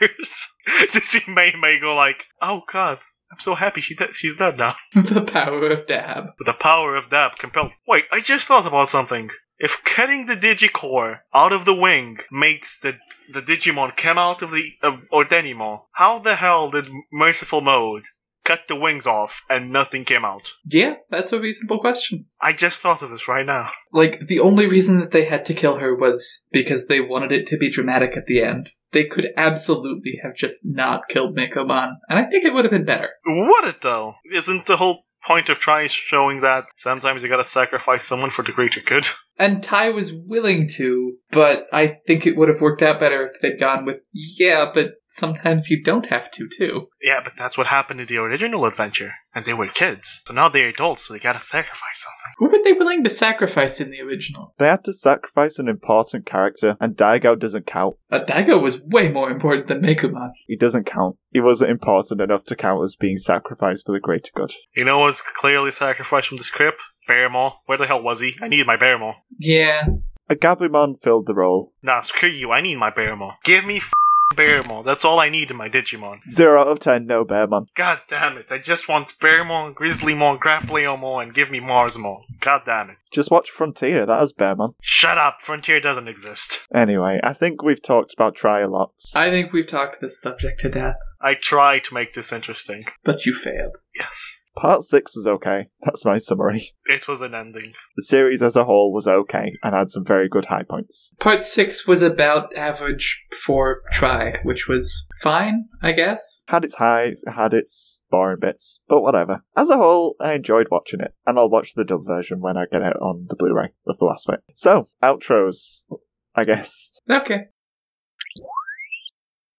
[SPEAKER 3] Just see May May go like, oh god, I'm so happy she de- she's dead now.
[SPEAKER 2] the power of dab.
[SPEAKER 3] But the power of dab compels. Wait, I just thought about something. If cutting the Digicore out of the wing makes the the Digimon come out of the of, or Denimon, how the hell did Merciful Mode cut the wings off and nothing came out?
[SPEAKER 2] Yeah, that's a reasonable question.
[SPEAKER 3] I just thought of this right now.
[SPEAKER 2] Like, the only reason that they had to kill her was because they wanted it to be dramatic at the end. They could absolutely have just not killed Mikoman, and I think it would have been better.
[SPEAKER 3] Would it though? Isn't the whole point of trying showing that sometimes you gotta sacrifice someone for the greater good?
[SPEAKER 2] And Ty was willing to, but I think it would have worked out better if they'd gone with, yeah, but sometimes you don't have to, too.
[SPEAKER 3] Yeah, but that's what happened in the original adventure, and they were kids. So now they're adults, so they gotta sacrifice something.
[SPEAKER 2] Who were they willing to sacrifice in the original?
[SPEAKER 1] They had to sacrifice an important character, and Daigo doesn't count.
[SPEAKER 2] Uh, Daigo was way more important than Mikuman.
[SPEAKER 1] He doesn't count. He wasn't important enough to count as being sacrificed for the greater good.
[SPEAKER 3] You know what's clearly sacrificed from the script? Barrymore. Where the hell was he? I need my Barrymore.
[SPEAKER 2] Yeah.
[SPEAKER 1] Agabumon filled the role.
[SPEAKER 3] Nah, screw you. I need my Barrymore. Give me f- Barrymore. That's all I need in my Digimon.
[SPEAKER 1] Zero out of ten, no Bearmon.
[SPEAKER 3] God damn it. I just want Barrymore, Grizzlymore, Grappleomore, and give me Marsmore. God damn it.
[SPEAKER 1] Just watch Frontier, that has Bearmon.
[SPEAKER 3] Shut up. Frontier doesn't exist.
[SPEAKER 1] Anyway, I think we've talked about Try a lot.
[SPEAKER 2] I think we've talked this subject to death,
[SPEAKER 3] I try to make this interesting.
[SPEAKER 2] but you failed.
[SPEAKER 3] Yes.
[SPEAKER 1] Part 6 was okay. That's my summary.
[SPEAKER 3] It was an ending.
[SPEAKER 1] The series as a whole was okay and had some very good high points.
[SPEAKER 2] Part 6 was about average for try, which was fine, I guess.
[SPEAKER 1] Had its highs, it had its boring bits, but whatever. As a whole, I enjoyed watching it, and I'll watch the dub version when I get it on the Blu ray of the last bit. So, outros, I guess.
[SPEAKER 2] Okay.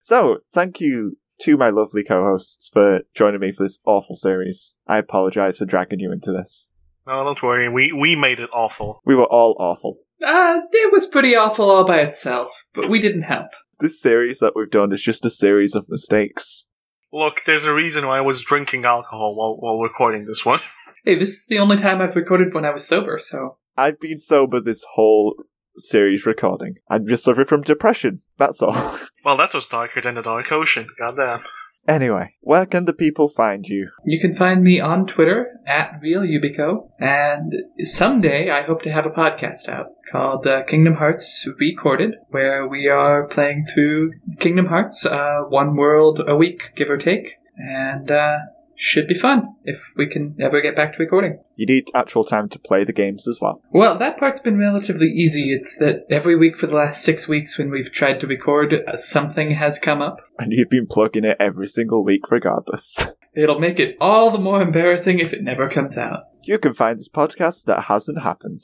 [SPEAKER 1] So, thank you to my lovely co hosts for joining me for this awful series. I apologise for dragging you into this.
[SPEAKER 3] No, don't worry. We we made it awful.
[SPEAKER 1] We were all awful.
[SPEAKER 2] Uh, it was pretty awful all by itself, but we didn't help.
[SPEAKER 1] This series that we've done is just a series of mistakes.
[SPEAKER 3] Look, there's a reason why I was drinking alcohol while while recording this one.
[SPEAKER 2] Hey, this is the only time I've recorded when I was sober, so.
[SPEAKER 1] I've been sober this whole series recording. I'm just suffering from depression, that's all.
[SPEAKER 3] Well, that was darker than the Dark Ocean. God damn.
[SPEAKER 1] anyway, where can the people find you?
[SPEAKER 2] You can find me on Twitter at RealUbico, and someday I hope to have a podcast out called uh, Kingdom Hearts Recorded, where we are playing through Kingdom Hearts uh, one world a week, give or take, and uh, should be fun if we can ever get back to recording.
[SPEAKER 1] You need actual time to play the games as well.
[SPEAKER 2] Well, that part's been relatively easy. It's that every week for the last six weeks, when we've tried to record, uh, something has come up.
[SPEAKER 1] And you've been plugging it every single week regardless.
[SPEAKER 2] It'll make it all the more embarrassing if it never comes out.
[SPEAKER 1] You can find this podcast that hasn't happened.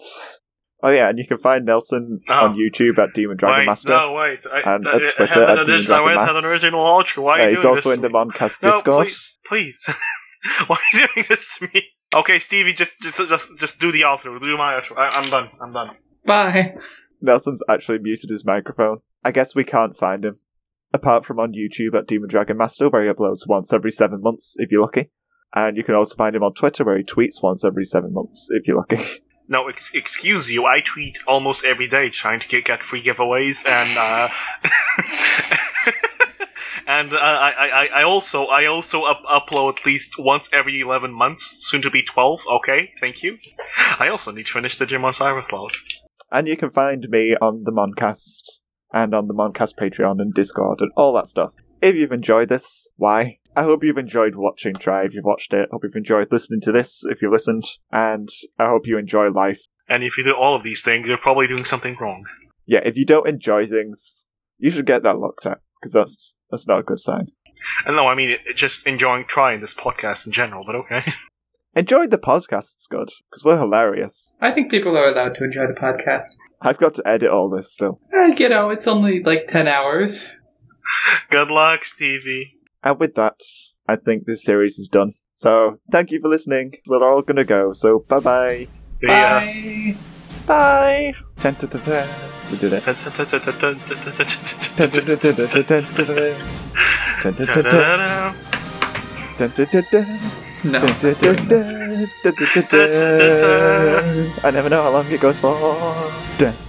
[SPEAKER 1] Oh yeah, and you can find Nelson
[SPEAKER 3] Oh.
[SPEAKER 1] on YouTube at Demon Dragon
[SPEAKER 3] wait,
[SPEAKER 1] Master.
[SPEAKER 3] no, wait. I,
[SPEAKER 1] and
[SPEAKER 3] I-
[SPEAKER 1] at
[SPEAKER 3] I
[SPEAKER 1] Twitter
[SPEAKER 3] had an
[SPEAKER 1] at Dean
[SPEAKER 3] original- I went
[SPEAKER 1] Dragonmass.
[SPEAKER 3] had an original ultra. Why are
[SPEAKER 1] Uh,
[SPEAKER 3] you
[SPEAKER 1] he's
[SPEAKER 3] doing
[SPEAKER 1] also
[SPEAKER 3] this
[SPEAKER 1] in
[SPEAKER 3] to
[SPEAKER 1] the
[SPEAKER 3] me?
[SPEAKER 1] Moncast
[SPEAKER 3] No,
[SPEAKER 1] Discourse.
[SPEAKER 3] please, please. Why are you doing this to me? Okay, Stevie, just just just, just do the outro. Do my outro. I, I'm done. I'm done.
[SPEAKER 2] Bye.
[SPEAKER 1] Nelson's actually muted his microphone. I guess we can't find him. Apart from on YouTube at Demon Dragon Master, where he uploads once every seven months, if you're lucky. And you can also find him on Twitter, where he tweets once every seven months, if you're lucky.
[SPEAKER 3] No, ex- excuse you. I tweet almost every day trying to get, get free giveaways, and uh, and uh, I, I, I- I also I also up- upload at least once every eleven months, soon to be twelve. Okay, thank you. I also need to finish the Digimon Cybercloud.
[SPEAKER 1] and you can find me on the Moncast and on the Moncast Patreon and Discord and all that stuff. If you've enjoyed this, why? I hope you've enjoyed watching Try if you've watched it. hope you've enjoyed listening to this if you listened. And I hope you enjoy life.
[SPEAKER 3] And if you do all of these things, you're probably doing something wrong.
[SPEAKER 1] Yeah, if you don't enjoy things, you should get that looked at because that's that's not a good sign.
[SPEAKER 3] And no, I mean it, it just enjoying trying this podcast in general. But okay,
[SPEAKER 1] Enjoy the podcast, it's good because we're hilarious.
[SPEAKER 2] I think people are allowed to enjoy the podcast.
[SPEAKER 1] I've got to edit all this still.
[SPEAKER 2] Uh, you know, it's only like 10 hours.
[SPEAKER 3] good luck, Stevie.
[SPEAKER 1] And with that, I think this series is done. So thank you for listening. We're all gonna go. So bye bye.
[SPEAKER 3] See ya.
[SPEAKER 2] Bye.
[SPEAKER 1] Bye. Dun, dun, dun, dun. We did it. Dun, dun, dun, dun, dun, dun, dun, dun, dun. Dun, dun, dun, dun,
[SPEAKER 3] Ta-da-da.
[SPEAKER 1] dun, dun, dun, dun.
[SPEAKER 2] No.
[SPEAKER 1] Dun, dun,
[SPEAKER 2] doing
[SPEAKER 1] dun,
[SPEAKER 2] this.
[SPEAKER 1] dun, dun, dun, dun. I never know how long it goes for. Dun,